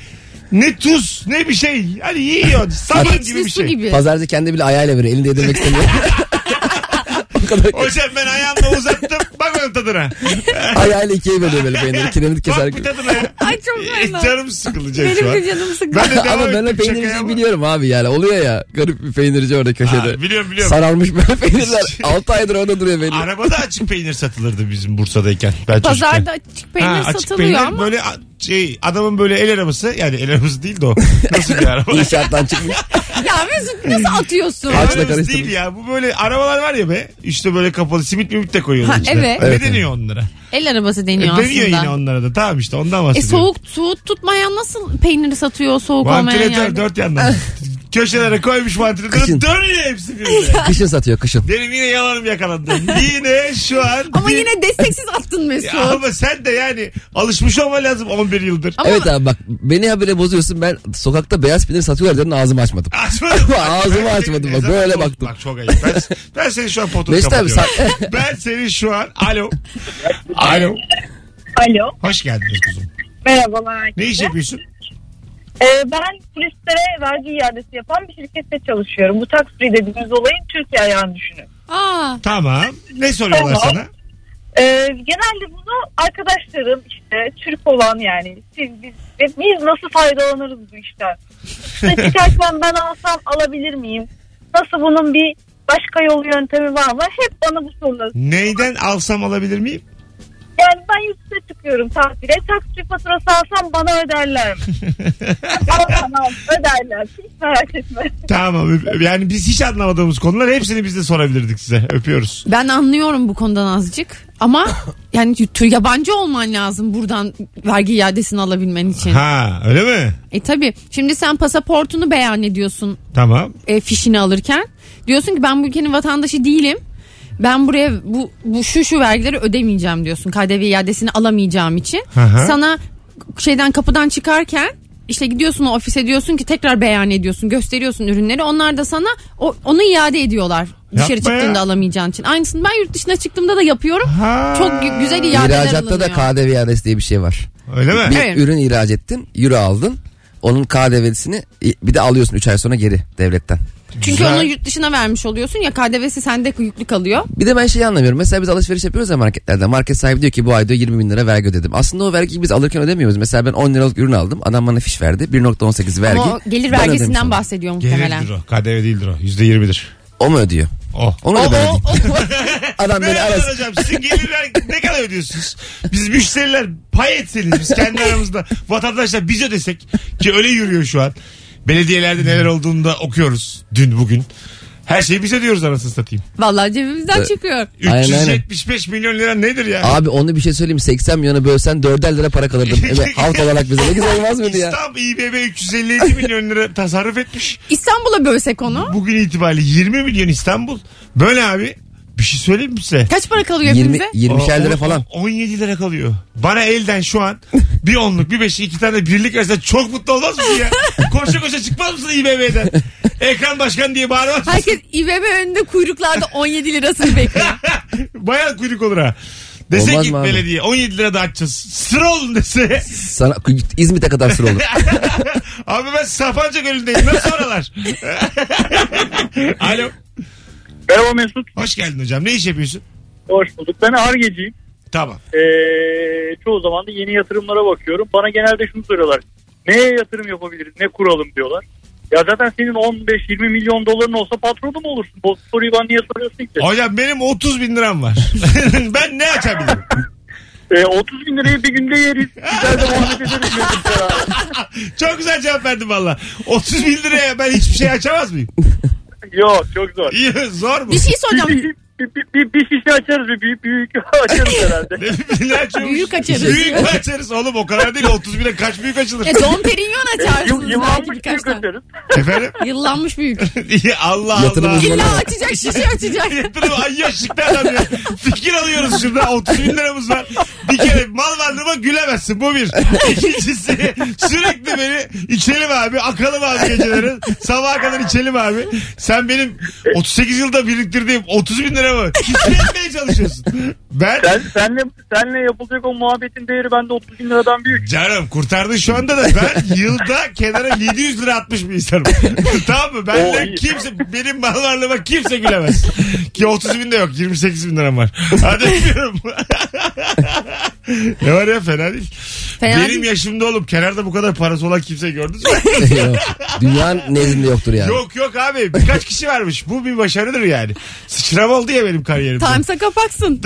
[SPEAKER 2] ne tuz ne bir şey. Hani yiyorsun sabun gibi
[SPEAKER 3] Keçli
[SPEAKER 2] bir
[SPEAKER 3] su
[SPEAKER 2] şey.
[SPEAKER 3] gibi.
[SPEAKER 4] Pazarcı kendi bile ayağıyla veriyor. Elinde yedirmek istemiyor. Akşam kadar
[SPEAKER 2] Hocam ben ayağımla uzattım. Bak onun tadına.
[SPEAKER 4] ayağıyla ikiye bölüyor böyle peyniri. Kiremit keser
[SPEAKER 2] Bak bir
[SPEAKER 4] gibi.
[SPEAKER 2] tadına. ya. E,
[SPEAKER 3] Ay çok fena.
[SPEAKER 2] Canım sıkılacak şu
[SPEAKER 3] Benim
[SPEAKER 2] an.
[SPEAKER 3] de canım sıkıldı.
[SPEAKER 2] Ben de devam
[SPEAKER 4] Ama ben o
[SPEAKER 2] ettim şakaya
[SPEAKER 4] peynirciyi
[SPEAKER 2] ama.
[SPEAKER 4] biliyorum abi yani. Oluyor ya garip bir peynirci orada köşede.
[SPEAKER 2] Aa, biliyorum, biliyorum.
[SPEAKER 4] Sararmış böyle peynirler. 6 aydır orada duruyor peynir.
[SPEAKER 2] Arabada açık peynir satılırdı bizim Bursa'dayken. Ben çocukken.
[SPEAKER 3] Pazarda açık peynir
[SPEAKER 2] Ha, açık
[SPEAKER 3] satılıyor
[SPEAKER 2] peynir
[SPEAKER 3] ama.
[SPEAKER 2] Böyle a- şey, adamın böyle el arabası yani el arabası değil de o. Nasıl bir araba?
[SPEAKER 4] İnşaattan çıkmış.
[SPEAKER 3] Ya Mesut nasıl atıyorsun?
[SPEAKER 2] El
[SPEAKER 4] Ağaçla
[SPEAKER 2] arabası
[SPEAKER 4] karıştırdım.
[SPEAKER 2] değil ya. Bu böyle arabalar var ya be. İşte böyle kapalı simit mimit de koyuyorlar
[SPEAKER 3] Ha,
[SPEAKER 2] içine.
[SPEAKER 3] evet.
[SPEAKER 2] Ne
[SPEAKER 4] Evet,
[SPEAKER 2] deniyor onlara?
[SPEAKER 3] El arabası
[SPEAKER 2] E,
[SPEAKER 3] deniyor
[SPEAKER 2] deniyor yine
[SPEAKER 3] aslında.
[SPEAKER 2] onlara da. Tamam işte ondan
[SPEAKER 3] E
[SPEAKER 2] bahsediyorum.
[SPEAKER 3] soğuk soğuk tutmayan nasıl peyniri satıyor soğuk olmayan
[SPEAKER 2] Vantilatör
[SPEAKER 3] yerde?
[SPEAKER 2] dört yandan. Köşelere koymuş vantilatörü
[SPEAKER 4] Kışın.
[SPEAKER 2] dönüyor hepsi birbirine.
[SPEAKER 4] Kışın satıyor kışın.
[SPEAKER 2] Benim yine yalanım yakalandı. Yine şu an.
[SPEAKER 3] Ama
[SPEAKER 2] bir-
[SPEAKER 3] yine desteksiz attın
[SPEAKER 2] Ya
[SPEAKER 3] Mesut.
[SPEAKER 2] ama sen de yani alışmış olman lazım 11 yıldır.
[SPEAKER 3] Ama-
[SPEAKER 4] Evet abi bak beni habire bozuyorsun ben sokakta beyaz peynir satıyorlar dedim ağzımı açmadım.
[SPEAKER 2] Açmadım. bak.
[SPEAKER 4] Ağzımı
[SPEAKER 2] Ben
[SPEAKER 4] açmadım
[SPEAKER 2] seni-
[SPEAKER 4] bak, böyle
[SPEAKER 2] Ezan-
[SPEAKER 4] baktım.
[SPEAKER 2] Bak çok ayıp. Ben, ben seni şu an potunu
[SPEAKER 4] Mesut abi,
[SPEAKER 2] kapatıyorum. ben seni şu an alo. Alo.
[SPEAKER 8] Alo.
[SPEAKER 2] Hoş geldiniz kuzum.
[SPEAKER 8] Merhabalar.
[SPEAKER 2] Ne
[SPEAKER 8] herkese.
[SPEAKER 2] iş yapıyorsun?
[SPEAKER 8] Ee, ben turistlere vergi iadesi yapan bir şirkette çalışıyorum. Bu tax free dediğimiz olayın Türkiye ayağını düşünün.
[SPEAKER 3] Aa,
[SPEAKER 2] Tamam. Ne soruyorlar
[SPEAKER 8] Tamam.
[SPEAKER 2] sana?
[SPEAKER 8] Ee, genelde bunu arkadaşlarım işte Türk olan yani siz biz ve biz nasıl faydalanırız bu işten? İşte çıkarken ben alsam alabilir miyim? Nasıl bunun bir başka yolu yöntemi var mı? Hep bana bu sorular.
[SPEAKER 2] Neyden alsam alabilir miyim?
[SPEAKER 8] Yani ben yurt dışına çıkıyorum tatile. Taksi faturası alsam bana öderler mi? alsam al, öderler. Hiç merak etme.
[SPEAKER 2] Tamam. öp- Yani biz hiç anlamadığımız konular hepsini biz de sorabilirdik size. Öpüyoruz.
[SPEAKER 3] ben anlıyorum bu konudan azıcık. Ama yani tür- yabancı olman lazım buradan vergi iadesini alabilmen için.
[SPEAKER 2] Ha öyle mi?
[SPEAKER 3] E tabi şimdi sen pasaportunu beyan ediyorsun
[SPEAKER 2] Tamam.
[SPEAKER 3] e, fişini alırken. Diyorsun ki ben bu ülkenin vatandaşı değilim. Ben buraya bu, bu şu şu vergileri ödemeyeceğim diyorsun. KDV iadesini alamayacağım için.
[SPEAKER 2] Hı hı.
[SPEAKER 3] Sana şeyden kapıdan çıkarken işte gidiyorsun o ofise diyorsun ki tekrar beyan ediyorsun gösteriyorsun ürünleri onlar da sana o, onu iade ediyorlar dışarı
[SPEAKER 2] Yapma ya.
[SPEAKER 3] çıktığında alamayacağın için aynısını ben yurt dışına çıktığımda da yapıyorum
[SPEAKER 2] Ha.
[SPEAKER 3] çok gü- güzel iadeler
[SPEAKER 4] İhracatta da
[SPEAKER 3] alınıyor.
[SPEAKER 4] KDV iadesi diye bir şey var.
[SPEAKER 2] Öyle mi?
[SPEAKER 4] Bir
[SPEAKER 3] Evet.
[SPEAKER 4] ürün ihraç ettin euro aldın onun KDV'sini bir de alıyorsun 3 ay sonra geri devletten.
[SPEAKER 3] Çünkü
[SPEAKER 2] Güzel.
[SPEAKER 3] onu yurt dışına vermiş oluyorsun ya KDV'si sende yüklü kalıyor.
[SPEAKER 4] Bir de ben şeyi anlamıyorum. Mesela biz alışveriş yapıyoruz ya marketlerde. Market sahibi diyor ki bu ay diyor 20 bin lira vergi ödedim. Aslında o vergiyi biz alırken ödemiyoruz. Mesela ben 10 liralık ürün aldım. Adam bana fiş verdi. 1.18 vergi.
[SPEAKER 3] Ama o gelir
[SPEAKER 4] ben ödemiş
[SPEAKER 3] vergisinden
[SPEAKER 4] oldum.
[SPEAKER 3] bahsediyor muhtemelen.
[SPEAKER 2] Gelirdir o. KDV değildir o. Yüzde yirmidir.
[SPEAKER 4] O mu ödüyor?
[SPEAKER 2] O.
[SPEAKER 4] Onu da ben ödeyeyim. Adam
[SPEAKER 2] Ne
[SPEAKER 4] beni arasın.
[SPEAKER 2] hocam sizin gelir vergi ne kadar ödüyorsunuz? Biz müşteriler pay etseniz biz kendi aramızda vatandaşlar biz ödesek ki öyle yürüyor şu an. Belediyelerde neler olduğunu da okuyoruz dün bugün. Her şeyi biz ödüyoruz anasını satayım.
[SPEAKER 3] Vallahi cebimizden çıkıyor.
[SPEAKER 4] Aynen, aynen.
[SPEAKER 2] 375 milyon lira nedir ya?
[SPEAKER 4] Abi onu bir şey söyleyeyim. 80 milyonu bölsen 4'er lira para kalırdım. Evet, halk olarak bize ne güzel olmaz mıydı ya?
[SPEAKER 2] İstanbul İBB 352 milyon lira tasarruf etmiş.
[SPEAKER 3] İstanbul'a bölsek onu.
[SPEAKER 2] Bugün itibariyle 20 milyon İstanbul. Böyle abi bir şey söyleyeyim mi size?
[SPEAKER 3] Kaç para kalıyor
[SPEAKER 4] 20,
[SPEAKER 3] hepimize?
[SPEAKER 4] 20'şer
[SPEAKER 2] O-
[SPEAKER 4] lira
[SPEAKER 2] o-
[SPEAKER 4] falan.
[SPEAKER 2] 17 lira kalıyor. Bana elden şu an bir onluk bir beşi iki tane birlik versen çok mutlu olmaz mısın ya? Koşa koşa çıkmaz mısın İBB'den? Ekran başkan diye bağırmaz mısın?
[SPEAKER 3] Herkes İBB önünde kuyruklarda 17 lirasını bekliyor.
[SPEAKER 2] Bayağı kuyruk olur ha. Dese
[SPEAKER 4] Olmaz
[SPEAKER 2] ki
[SPEAKER 4] mı abi?
[SPEAKER 2] belediye 17 lira da açacağız. Sıra olun dese.
[SPEAKER 4] Sana İzmit'e kadar sıra olur.
[SPEAKER 2] Abi ben Sapanca Gölü'ndeyim. Nasıl oralar? Alo.
[SPEAKER 5] Merhaba Mesut.
[SPEAKER 2] Hoş geldin hocam. Ne iş yapıyorsun?
[SPEAKER 5] Hoş bulduk. Ben Argeciyim.
[SPEAKER 2] Tamam.
[SPEAKER 5] Ee, çoğu zaman da yeni yatırımlara bakıyorum. Bana genelde şunu soruyorlar. Neye yatırım yapabiliriz? Ne kuralım diyorlar. Ya zaten senin 15-20 milyon doların olsa patronu mu olursun? Bu soruyu bana niye soruyorsun ki?
[SPEAKER 2] Hocam benim 30 bin liram var. ben ne açabilirim?
[SPEAKER 5] Ee, 30 bin lirayı bir günde yeriz. Güzel de muhabbet ederiz. Mesut beraber.
[SPEAKER 2] Çok güzel cevap verdin valla. 30 bin liraya ben hiçbir şey açamaz mıyım?
[SPEAKER 5] Yok çok zor.
[SPEAKER 2] İyi, Zor mu?
[SPEAKER 3] bir şey
[SPEAKER 5] Bir,
[SPEAKER 3] soracağım.
[SPEAKER 5] bir, bir, bir, bir, bir şişe açarız. Bir büyük büyük açarız herhalde.
[SPEAKER 2] Ne açıyormuş?
[SPEAKER 3] Büyük açarız.
[SPEAKER 2] Büyük mü açarız oğlum o kadar değil 30 bine kaç büyük açılır?
[SPEAKER 3] E, Don Perignon açarsınız belki
[SPEAKER 5] Yılanmış
[SPEAKER 3] birkaç
[SPEAKER 5] büyük
[SPEAKER 3] tane.
[SPEAKER 5] açarız.
[SPEAKER 2] Efendim?
[SPEAKER 3] Yıllanmış büyük.
[SPEAKER 2] İyi, Allah
[SPEAKER 4] Yatırım
[SPEAKER 2] Allah.
[SPEAKER 4] uzmanı.
[SPEAKER 3] İlla açacak şişe açacak.
[SPEAKER 2] Yatırım ay yaşıklı adam ya. Fikir alıyoruz şurada 30 bin liramız var. Bir kere mal varlığıma gülemezsin bu bir. İkincisi sürekli beni içelim abi akalım abi geceleri. Sabaha kadar içelim abi. Sen benim 38 yılda biriktirdiğim 30 bin liramı kitle etmeye çalışıyorsun. Ben
[SPEAKER 5] Sen, senle, senle yapılacak o muhabbetin değeri bende 30 bin liradan büyük.
[SPEAKER 2] Canım kurtardın şu anda da ben yılda kenara 700 lira atmış bir insanım. tamam mı?
[SPEAKER 5] Oo,
[SPEAKER 2] Benden
[SPEAKER 5] iyi.
[SPEAKER 2] kimse, benim mal varlığıma kimse gülemez. Ki 30 bin de yok. 28 bin liram var. Hadi öpüyorum. ne var ya fena değil.
[SPEAKER 3] Fena
[SPEAKER 2] benim
[SPEAKER 3] değil.
[SPEAKER 2] yaşımda olup kenarda bu kadar parası olan kimse gördünüz mü?
[SPEAKER 4] Yok. Dünyanın nezdinde yoktur yani.
[SPEAKER 2] yok yok abi. Birkaç kişi varmış. Bu bir başarıdır yani. Sıçrama oldu ya benim kariyerimde.
[SPEAKER 3] Times'a kapaksın.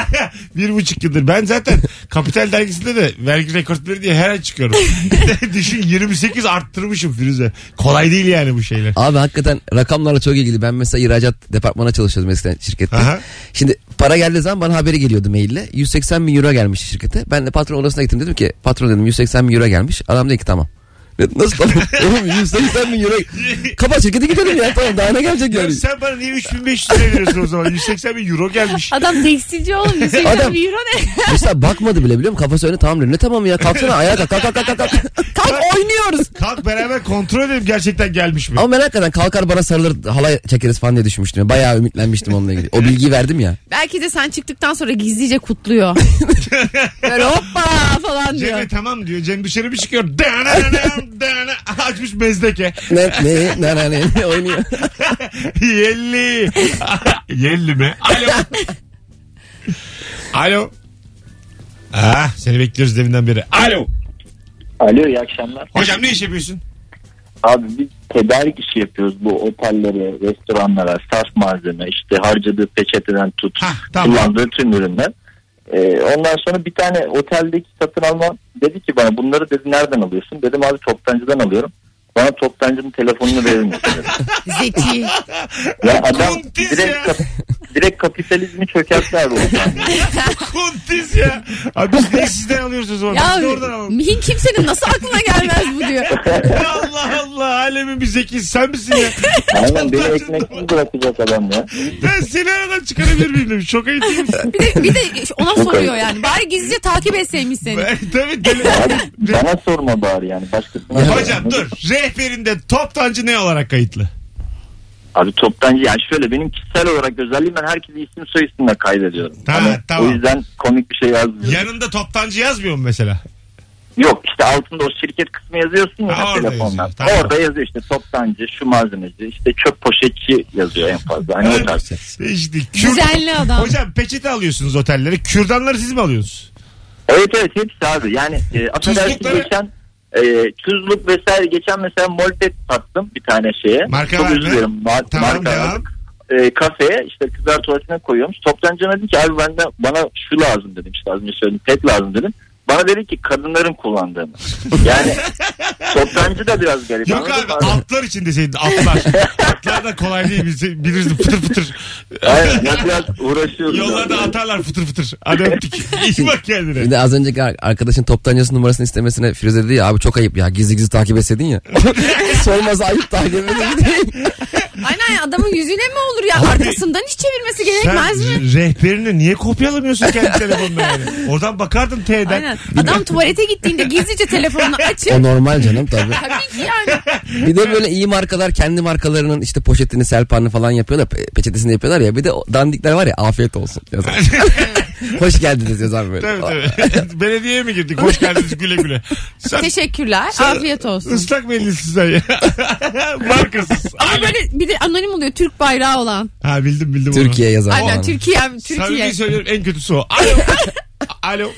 [SPEAKER 2] bir buçuk yıldır. Ben zaten Kapital dergisinde de vergi rekortları diye her ay çıkıyorum. Düşün 28 arttırmışım Firuze. Kolay değil yani bu şeyler.
[SPEAKER 4] Abi hakikaten rakamlarla çok ilgili. Ben mesela ihracat departmana çalışıyordum eskiden şirkette.
[SPEAKER 2] Aha.
[SPEAKER 4] Şimdi para geldiği zaman bana haberi geliyordu maille. 180 bin euro gelmiş şirkete. Ben de patron odasına gittim dedim ki patron dedim 180 bin euro gelmiş. Adam dedi ki tamam. Dedim, Nasıl tamam? Oğlum 180 bin euro. Kapat şirketi gidelim ya tamam daha ne gelecek
[SPEAKER 2] Ya
[SPEAKER 4] yani.
[SPEAKER 2] sen bana niye 3500 lira veriyorsun o zaman? 180 bin euro gelmiş.
[SPEAKER 3] Adam tekstilci oğlum. 180
[SPEAKER 4] Adam-
[SPEAKER 3] bin euro ne?
[SPEAKER 4] Mesela bakmadı bile biliyor musun? Kafası öne tamam dedi. Ne tamam ya kalksana ayağa kalk kalk kalk kalk. kalk.
[SPEAKER 3] Kalk oynuyoruz.
[SPEAKER 2] Kalk beraber kontrol edelim gerçekten gelmiş mi?
[SPEAKER 4] Ama merak hakikaten kalkar bana sarılır halay çekeriz falan diye düşünmüştüm. Bayağı ümitlenmiştim onunla ilgili. O bilgiyi verdim ya.
[SPEAKER 3] Belki de sen çıktıktan sonra gizlice kutluyor. Böyle hoppa falan
[SPEAKER 2] Cem'e
[SPEAKER 3] diyor.
[SPEAKER 2] tamam diyor. Cem dışarı bir çıkıyor. Dananam, dana. Açmış bezdeke.
[SPEAKER 4] Ne ne ne ne, ne, ne oynuyor.
[SPEAKER 2] Yelli. Yelli mi? Alo. Alo. Ah, seni bekliyoruz deminden beri. Alo.
[SPEAKER 9] Alo iyi akşamlar.
[SPEAKER 2] Hocam ne iş yapıyorsun?
[SPEAKER 9] Abi biz tedarik işi yapıyoruz bu otellere, restoranlara, sarf malzeme, işte harcadığı peçeteden tut,
[SPEAKER 2] Hah, tamam.
[SPEAKER 9] kullandığı tüm ürünler. Ee, ondan sonra bir tane oteldeki satın alma dedi ki bana bunları dedi nereden alıyorsun? Dedim abi toptancıdan alıyorum. Bana toptancının telefonunu verir misin? dedi.
[SPEAKER 3] Zeki.
[SPEAKER 9] ya adam
[SPEAKER 2] Kuntiz
[SPEAKER 9] direkt,
[SPEAKER 2] ya.
[SPEAKER 9] kap- direkt kapitalizmi çökertti abi. o zaman.
[SPEAKER 2] Kuntiz ya. Abi biz niye sizden alıyoruz o zaman?
[SPEAKER 3] Ya
[SPEAKER 2] biz de oradan alalım.
[SPEAKER 3] hiç kimsenin nasıl aklına gelmez bu diyor.
[SPEAKER 2] Allah Allah alemin bir zekisi sen misin ya?
[SPEAKER 9] Aynen beni
[SPEAKER 2] Toptancıdan-
[SPEAKER 9] ekmeksiz bırakacak adam ya.
[SPEAKER 2] Ben seni aradan çıkarabilir miyim demiş. Çok ayıp değil mi?
[SPEAKER 3] Bir de, bir de ona soruyor yani. Bari gizlice takip etseymiş seni.
[SPEAKER 2] Ben- Tabii deli.
[SPEAKER 9] Abi, bana sorma bari yani başkasına. sorma.
[SPEAKER 2] Hocam dur. Rehberinde toptancı ne olarak kayıtlı?
[SPEAKER 9] Abi toptancı yani şöyle benim kişisel olarak özelliğim ben herkesi isim soy isimle kaydediyorum.
[SPEAKER 2] Ha,
[SPEAKER 9] Hani
[SPEAKER 2] tamam.
[SPEAKER 9] O yüzden komik bir şey yazmıyorum.
[SPEAKER 2] Yanında toptancı yazmıyor mu mesela?
[SPEAKER 9] Yok işte altında o şirket kısmı yazıyorsun ya
[SPEAKER 2] Ha, orada
[SPEAKER 9] telefondan.
[SPEAKER 2] yazıyor, tamam.
[SPEAKER 9] Orada yazıyor işte toptancı, şu malzemeci, işte çöp poşetçi yazıyor en fazla. Hani o tarz.
[SPEAKER 2] İşte Kürt-
[SPEAKER 3] Düzenli adam.
[SPEAKER 2] Hocam peçete alıyorsunuz otellere. Kürdanları siz mi alıyorsunuz?
[SPEAKER 9] Evet evet hepsi abi. Yani e, affedersin
[SPEAKER 2] Tuzlukları-
[SPEAKER 9] geçen e, tuzluk vesaire geçen mesela molpet sattım bir tane şeye.
[SPEAKER 2] Marka
[SPEAKER 9] Çok
[SPEAKER 2] var mı?
[SPEAKER 9] özür dilerim. Mar-
[SPEAKER 2] Tamam
[SPEAKER 9] marka
[SPEAKER 2] devam.
[SPEAKER 9] aldık. E, kafeye işte kızlar tuvaletine koyuyormuş. Toptancı'na dedim ki abi ben de bana şu lazım dedim işte az önce söyledim pet lazım dedim. Bana dedi ki kadınların kullandığını. Yani toptancı da biraz garip.
[SPEAKER 2] Yok
[SPEAKER 9] anladın
[SPEAKER 2] abi
[SPEAKER 9] mı?
[SPEAKER 2] atlar için deseydin atlar. atlar da kolay değil bilse- bilirsin fıtır fıtır.
[SPEAKER 9] Aynen ya biraz uğraşıyoruz.
[SPEAKER 2] Yollarda
[SPEAKER 9] abi.
[SPEAKER 2] atarlar fıtır fıtır. Hadi öptük. İyi bak kendine.
[SPEAKER 4] Bir de az önceki ar- arkadaşın toptancısı numarasını istemesine Firuze dedi ya abi çok ayıp ya gizli gizli takip etsedin ya. Sormasa ayıp takip edin.
[SPEAKER 3] Aynen ya, adamın yüzüne mi olur ya? Arkasından hiç çevirmesi
[SPEAKER 2] Sen
[SPEAKER 3] gerekmez mi?
[SPEAKER 2] rehberini niye kopyalamıyorsun kendi telefonuna yani? Oradan bakardın T'den.
[SPEAKER 3] Aynen. Adam tuvalete gittiğinde gizlice telefonunu açıp
[SPEAKER 4] o normal canım tabii.
[SPEAKER 3] Tabii ki yani.
[SPEAKER 4] Bir de böyle iyi markalar kendi markalarının işte poşetini selpanını falan yapıyorlar. pe- Peçetesini yapıyorlar ya. Bir de o dandikler var ya afiyet olsun yazar. Hoş geldiniz yazar böyle.
[SPEAKER 2] Tabii tabii. Belediyeye mi girdik? Hoş geldiniz güle güle. Sen
[SPEAKER 3] Teşekkürler. Afiyet olsun.
[SPEAKER 2] ıslak bellisin sen ya. Markasız.
[SPEAKER 3] Ama böyle bir de anonim oluyor. Türk bayrağı olan.
[SPEAKER 2] Ha bildim bildim onu.
[SPEAKER 4] Türkiye yazar.
[SPEAKER 3] Aynen
[SPEAKER 4] falan.
[SPEAKER 3] Türkiye. Türkiye.
[SPEAKER 2] Samimi söylüyorum en kötüsü o. Alo. Alo.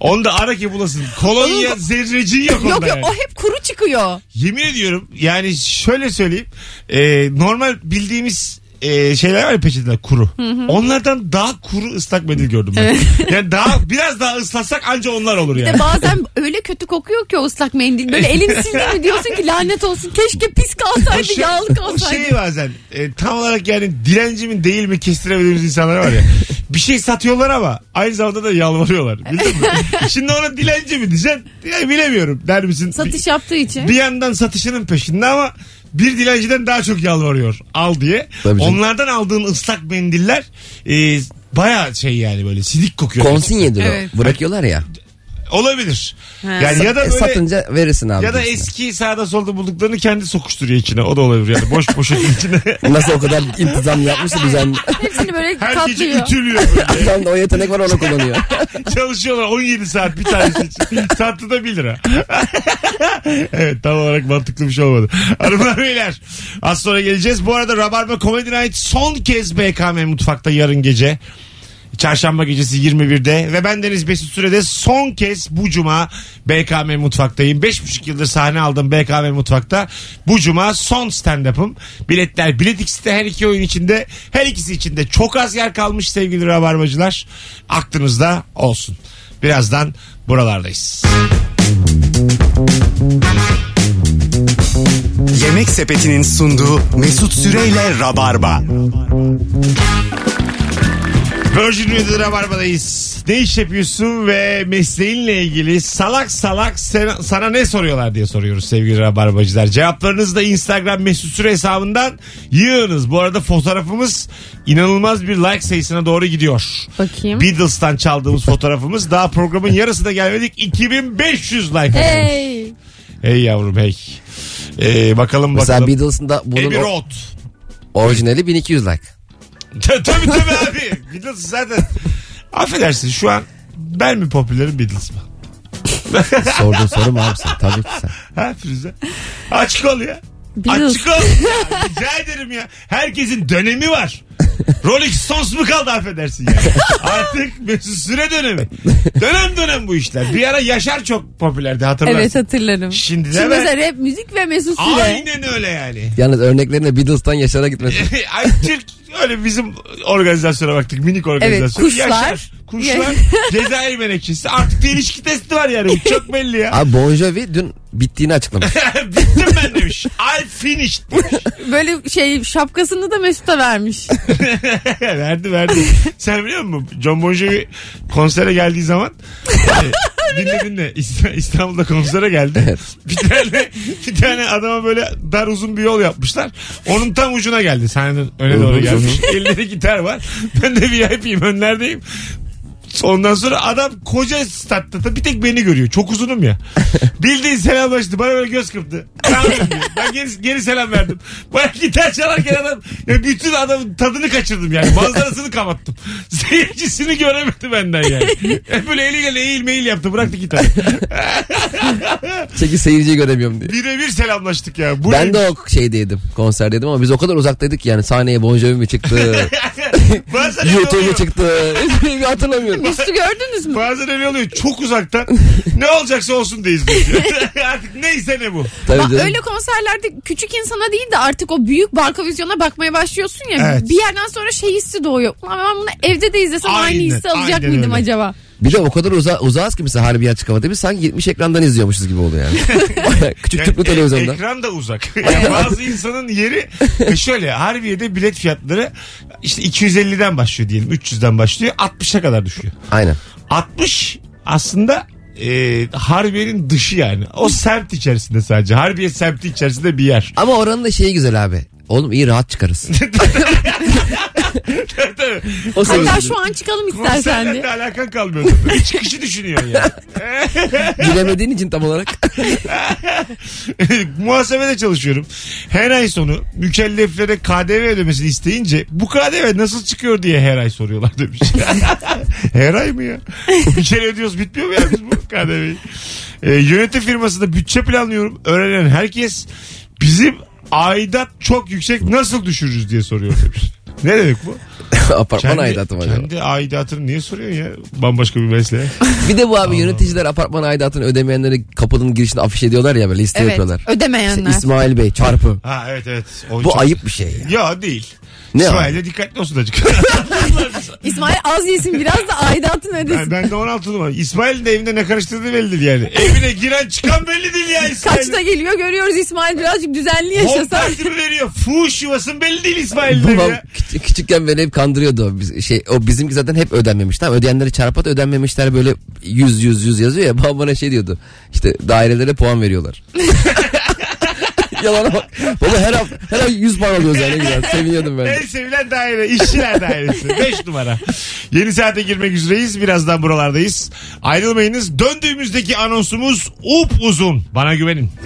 [SPEAKER 2] Onu da ara ki bulasın. Kolonya zerreci yok onda
[SPEAKER 3] Yok yok
[SPEAKER 2] yani.
[SPEAKER 3] o hep kuru çıkıyor.
[SPEAKER 2] Yemin ediyorum yani şöyle söyleyeyim. Ee, normal bildiğimiz e, şeyler var ya peçeteler kuru. Onlardan daha kuru ıslak mendil gördüm ben. yani daha biraz daha ıslasak anca onlar olur
[SPEAKER 3] Bir de
[SPEAKER 2] yani.
[SPEAKER 3] bazen öyle kötü kokuyor ki o ıslak mendil. Böyle elin sildi mi diyorsun ki lanet olsun. Keşke pis
[SPEAKER 2] O
[SPEAKER 3] kalsaydı
[SPEAKER 2] şey-
[SPEAKER 3] yağlı
[SPEAKER 2] o
[SPEAKER 3] kalsaydı.
[SPEAKER 2] şey bazen e, tam olarak yani dilenci mi değil mi kestiremediğimiz insanlar var ya. Bir şey satıyorlar ama aynı zamanda da yalvarıyorlar. Bildin mi? Şimdi ona dilenci mi diyeceksin? Ya bilemiyorum der misin?
[SPEAKER 3] Satış yaptığı için.
[SPEAKER 2] Bir yandan satışının peşinde ama bir dilenciden daha çok yalvarıyor al diye.
[SPEAKER 4] Tabii canım.
[SPEAKER 2] Onlardan aldığın ıslak mendiller e, baya şey yani böyle sidik kokuyor.
[SPEAKER 4] Konsinyedir
[SPEAKER 3] Evet.
[SPEAKER 4] o. Bırakıyorlar ya.
[SPEAKER 2] Olabilir.
[SPEAKER 3] He.
[SPEAKER 2] Yani ya da
[SPEAKER 4] E,
[SPEAKER 2] böyle
[SPEAKER 4] satınca verirsin abi.
[SPEAKER 2] ya da
[SPEAKER 4] diyorsun.
[SPEAKER 2] eski sağda solda bulduklarını kendi sokuşturuyor içine. O da olabilir yani. Boş boş içine.
[SPEAKER 4] Nasıl o kadar intizam yapmışsa düzenli.
[SPEAKER 3] Hepsini böyle
[SPEAKER 2] Her gece
[SPEAKER 3] katlıyor.
[SPEAKER 2] ütülüyor böyle.
[SPEAKER 4] Adam da o yetenek var onu kullanıyor.
[SPEAKER 2] Çalışıyorlar 17 saat bir tanesi için. Sattı da 1 lira. evet tam olarak mantıklı bir şey olmadı. Hanımlar beyler az sonra geleceğiz. Bu arada Rabarba Comedy Night son kez BKM Mutfak'ta yarın gece. Çarşamba gecesi 21'de ve ben Deniz Mesut Süre'de son kez bu cuma BKM Mutfak'tayım. 5,5 yıldır sahne aldım BKM Mutfak'ta. Bu cuma son stand-up'ım. Biletler Bilet X'te her iki oyun içinde her ikisi içinde çok az yer kalmış sevgili rabarbacılar. Aklınızda olsun. Birazdan buralardayız.
[SPEAKER 1] Yemek Sepeti'nin sunduğu Mesut Süreyle Rabarba.
[SPEAKER 2] Virgin Radio'da Rabarba'dayız. Ne iş yapıyorsun ve mesleğinle ilgili salak salak sen- sana ne soruyorlar diye soruyoruz sevgili Rabarbacılar. Cevaplarınızı da Instagram mesut süre hesabından yığınız. Bu arada fotoğrafımız inanılmaz bir like sayısına doğru gidiyor.
[SPEAKER 3] Bakayım.
[SPEAKER 2] Beatles'tan çaldığımız fotoğrafımız daha programın yarısına gelmedik 2500 like. atılmış.
[SPEAKER 3] Hey.
[SPEAKER 2] Hey yavrum hey. Ee, bakalım
[SPEAKER 4] Mesela
[SPEAKER 2] bakalım.
[SPEAKER 4] Beatles'ın da bunun
[SPEAKER 2] Abbey
[SPEAKER 4] o-
[SPEAKER 2] Road.
[SPEAKER 4] orijinali 1200 like.
[SPEAKER 2] Ta- tabii tabii abi. Beatles zaten. Affedersin şu an ben mi popülerim Beatles mı?
[SPEAKER 4] Sorduğun soru mu abi sen? Tabii ki sen.
[SPEAKER 2] Ha Firuze? Açık ol ya.
[SPEAKER 3] Beatles.
[SPEAKER 2] Açık ol. Ya, Rica ederim ya. Herkesin dönemi var. Rolling Stones mu kaldı affedersin yani. Artık Mesut Süre dönemi. Dönem dönem bu işler. Bir ara Yaşar çok popülerdi hatırlarsın.
[SPEAKER 3] Evet hatırlarım.
[SPEAKER 2] Şimdi de
[SPEAKER 3] Şimdi
[SPEAKER 2] ben-
[SPEAKER 3] mesela rap müzik ve Mesut Süre.
[SPEAKER 2] Aynen öyle yani.
[SPEAKER 4] Yalnız örneklerine Beatles'tan Yaşar'a gitmesin.
[SPEAKER 2] Ay Türk öyle bizim organizasyona baktık minik organizasyon.
[SPEAKER 3] Evet, kuşlar.
[SPEAKER 2] Yaşar, kuşlar. Cezayir menekşesi. Artık bir ilişki testi var yani. Bu çok belli ya.
[SPEAKER 4] Abi Bon Jovi dün bittiğini açıklamış.
[SPEAKER 2] Bittim ben demiş. I finished.
[SPEAKER 3] Böyle şey şapkasını da Mesut'a vermiş.
[SPEAKER 2] verdi verdi. Sen biliyor musun? John Bon Jovi konsere geldiği zaman e, dinle dinle İsta- İstanbul'da konsere geldi. bir tane bir tane adama böyle dar uzun bir yol yapmışlar. Onun tam ucuna geldi. Sahneden öne doğru gelmiş. Elinde gitar var. Ben de VIP'yim önlerdeyim. Ondan sonra adam koca statta da bir tek beni görüyor. Çok uzunum ya. Bildiğin selamlaştı. Bana böyle göz kırptı. Selam verdi. ben geri, geri selam verdim. Bana gitar çalarken adam ya bütün adamın tadını kaçırdım yani. Manzarasını kapattım. Seyircisini göremedi benden yani. Hep böyle eliyle eğil meyil yaptı. Bıraktı gitarı.
[SPEAKER 4] Çünkü seyirciyi göremiyorum diye.
[SPEAKER 2] Birebir selamlaştık ya. Bu
[SPEAKER 4] Ben de o şeydeydim konserdeydim ama biz o kadar uzaktaydık ki yani sahneye Bon Jovi mi çıktı,
[SPEAKER 2] Bazen öyle
[SPEAKER 4] YouTube
[SPEAKER 2] oluyor.
[SPEAKER 4] mu çıktı hiçbirini hatırlamıyorum.
[SPEAKER 3] Mesut'u gördünüz mü?
[SPEAKER 2] Bazen öyle oluyor. Çok uzaktan ne olacaksa olsun deyiz. Artık neyse ne bu.
[SPEAKER 4] Tabii
[SPEAKER 3] Bak,
[SPEAKER 4] canım.
[SPEAKER 3] öyle konserlerde küçük insana değil de artık o büyük barka vizyona bakmaya başlıyorsun ya.
[SPEAKER 2] Evet.
[SPEAKER 3] Bir yerden sonra şey hissi doğuyor. Ulan ben bunu evde de izlesem aynı
[SPEAKER 2] Aynen,
[SPEAKER 3] hissi alacak
[SPEAKER 2] aynen
[SPEAKER 3] mıydım
[SPEAKER 2] öyle.
[SPEAKER 3] acaba?
[SPEAKER 4] Bir de o kadar uza, uzağız ki mesela harbi bir açık havada biz sanki 70 ekrandan izliyormuşuz gibi oluyor yani. Küçük tüplü
[SPEAKER 2] e-
[SPEAKER 4] televizyonda.
[SPEAKER 2] Ekran da uzak. Yani bazı insanın yeri e şöyle Harbiye'de bilet fiyatları işte 250'den başlıyor diyelim 300'den başlıyor 60'a kadar düşüyor.
[SPEAKER 4] Aynen.
[SPEAKER 2] 60 aslında e, Harbiye'nin dışı yani. O semt içerisinde sadece. Harbiye semti içerisinde bir yer.
[SPEAKER 4] Ama oranın da şeyi güzel abi. Oğlum iyi rahat çıkarız.
[SPEAKER 2] Tabii.
[SPEAKER 4] O
[SPEAKER 3] Hatta
[SPEAKER 4] sevinci.
[SPEAKER 3] şu an çıkalım istersen
[SPEAKER 2] Konserlerle
[SPEAKER 3] diye.
[SPEAKER 2] alakan kalmıyor. zaten. Bir çıkışı düşünüyorsun ya.
[SPEAKER 4] Bilemediğin için tam olarak.
[SPEAKER 2] Muhasebede çalışıyorum. Her ay sonu mükelleflere KDV ödemesini isteyince bu KDV nasıl çıkıyor diye her ay soruyorlar demiş. her ay mı ya? Bir kere ödüyoruz bitmiyor mu ya biz bu KDV'yi? Ee, yönetim firmasında bütçe planlıyorum. Öğrenen herkes bizim aidat çok yüksek nasıl düşürürüz diye soruyor demiş. Ne demek bu?
[SPEAKER 4] apartman aidatı mı acaba?
[SPEAKER 2] Kendi aidatını niye soruyorsun ya? Bambaşka bir mesleğe.
[SPEAKER 4] Bir de bu abi yöneticiler apartman aidatını ödemeyenleri kapının girişinde afiş ediyorlar ya böyle liste
[SPEAKER 3] Evet.
[SPEAKER 4] yapıyorlar. İşte
[SPEAKER 3] Ödemeyenler.
[SPEAKER 4] İsmail Bey çarpı.
[SPEAKER 2] Ha evet evet. O
[SPEAKER 4] Bu
[SPEAKER 2] çok-
[SPEAKER 4] ayıp bir şey ya.
[SPEAKER 2] Ya değil.
[SPEAKER 4] Ne
[SPEAKER 2] İsmail'e dikkatli olsun acık.
[SPEAKER 3] İsmail az yesin biraz da aidatını
[SPEAKER 2] Ben,
[SPEAKER 3] ödesin.
[SPEAKER 2] ben de 16 numara. İsmail'in de evinde ne karıştırdığı belli değil yani. Evine giren çıkan belli değil ya İsmail'in.
[SPEAKER 3] Kaçta geliyor görüyoruz İsmail birazcık düzenli
[SPEAKER 2] Home
[SPEAKER 3] yaşasa.
[SPEAKER 2] partimi veriyor. Fuş yuvasın belli değil İsmail'in
[SPEAKER 4] Babam
[SPEAKER 2] ya.
[SPEAKER 4] küç- küçükken beni hep kandırıyordu. o Biz, şey, o bizimki zaten hep ödenmemiş. Tamam ödeyenleri çarpa da ödenmemişler böyle yüz yüz yüz yazıyor ya. Babam bana şey diyordu. İşte dairelere puan veriyorlar. Yalana bak. Baba her hafta her ay 100 para alıyoruz yani. Ne güzel. Seviniyordum ben.
[SPEAKER 2] En sevilen daire, işçiler dairesi. 5 numara. Yeni saate girmek üzereyiz. Birazdan buralardayız. Ayrılmayınız. Döndüğümüzdeki anonsumuz up uzun. Bana güvenin.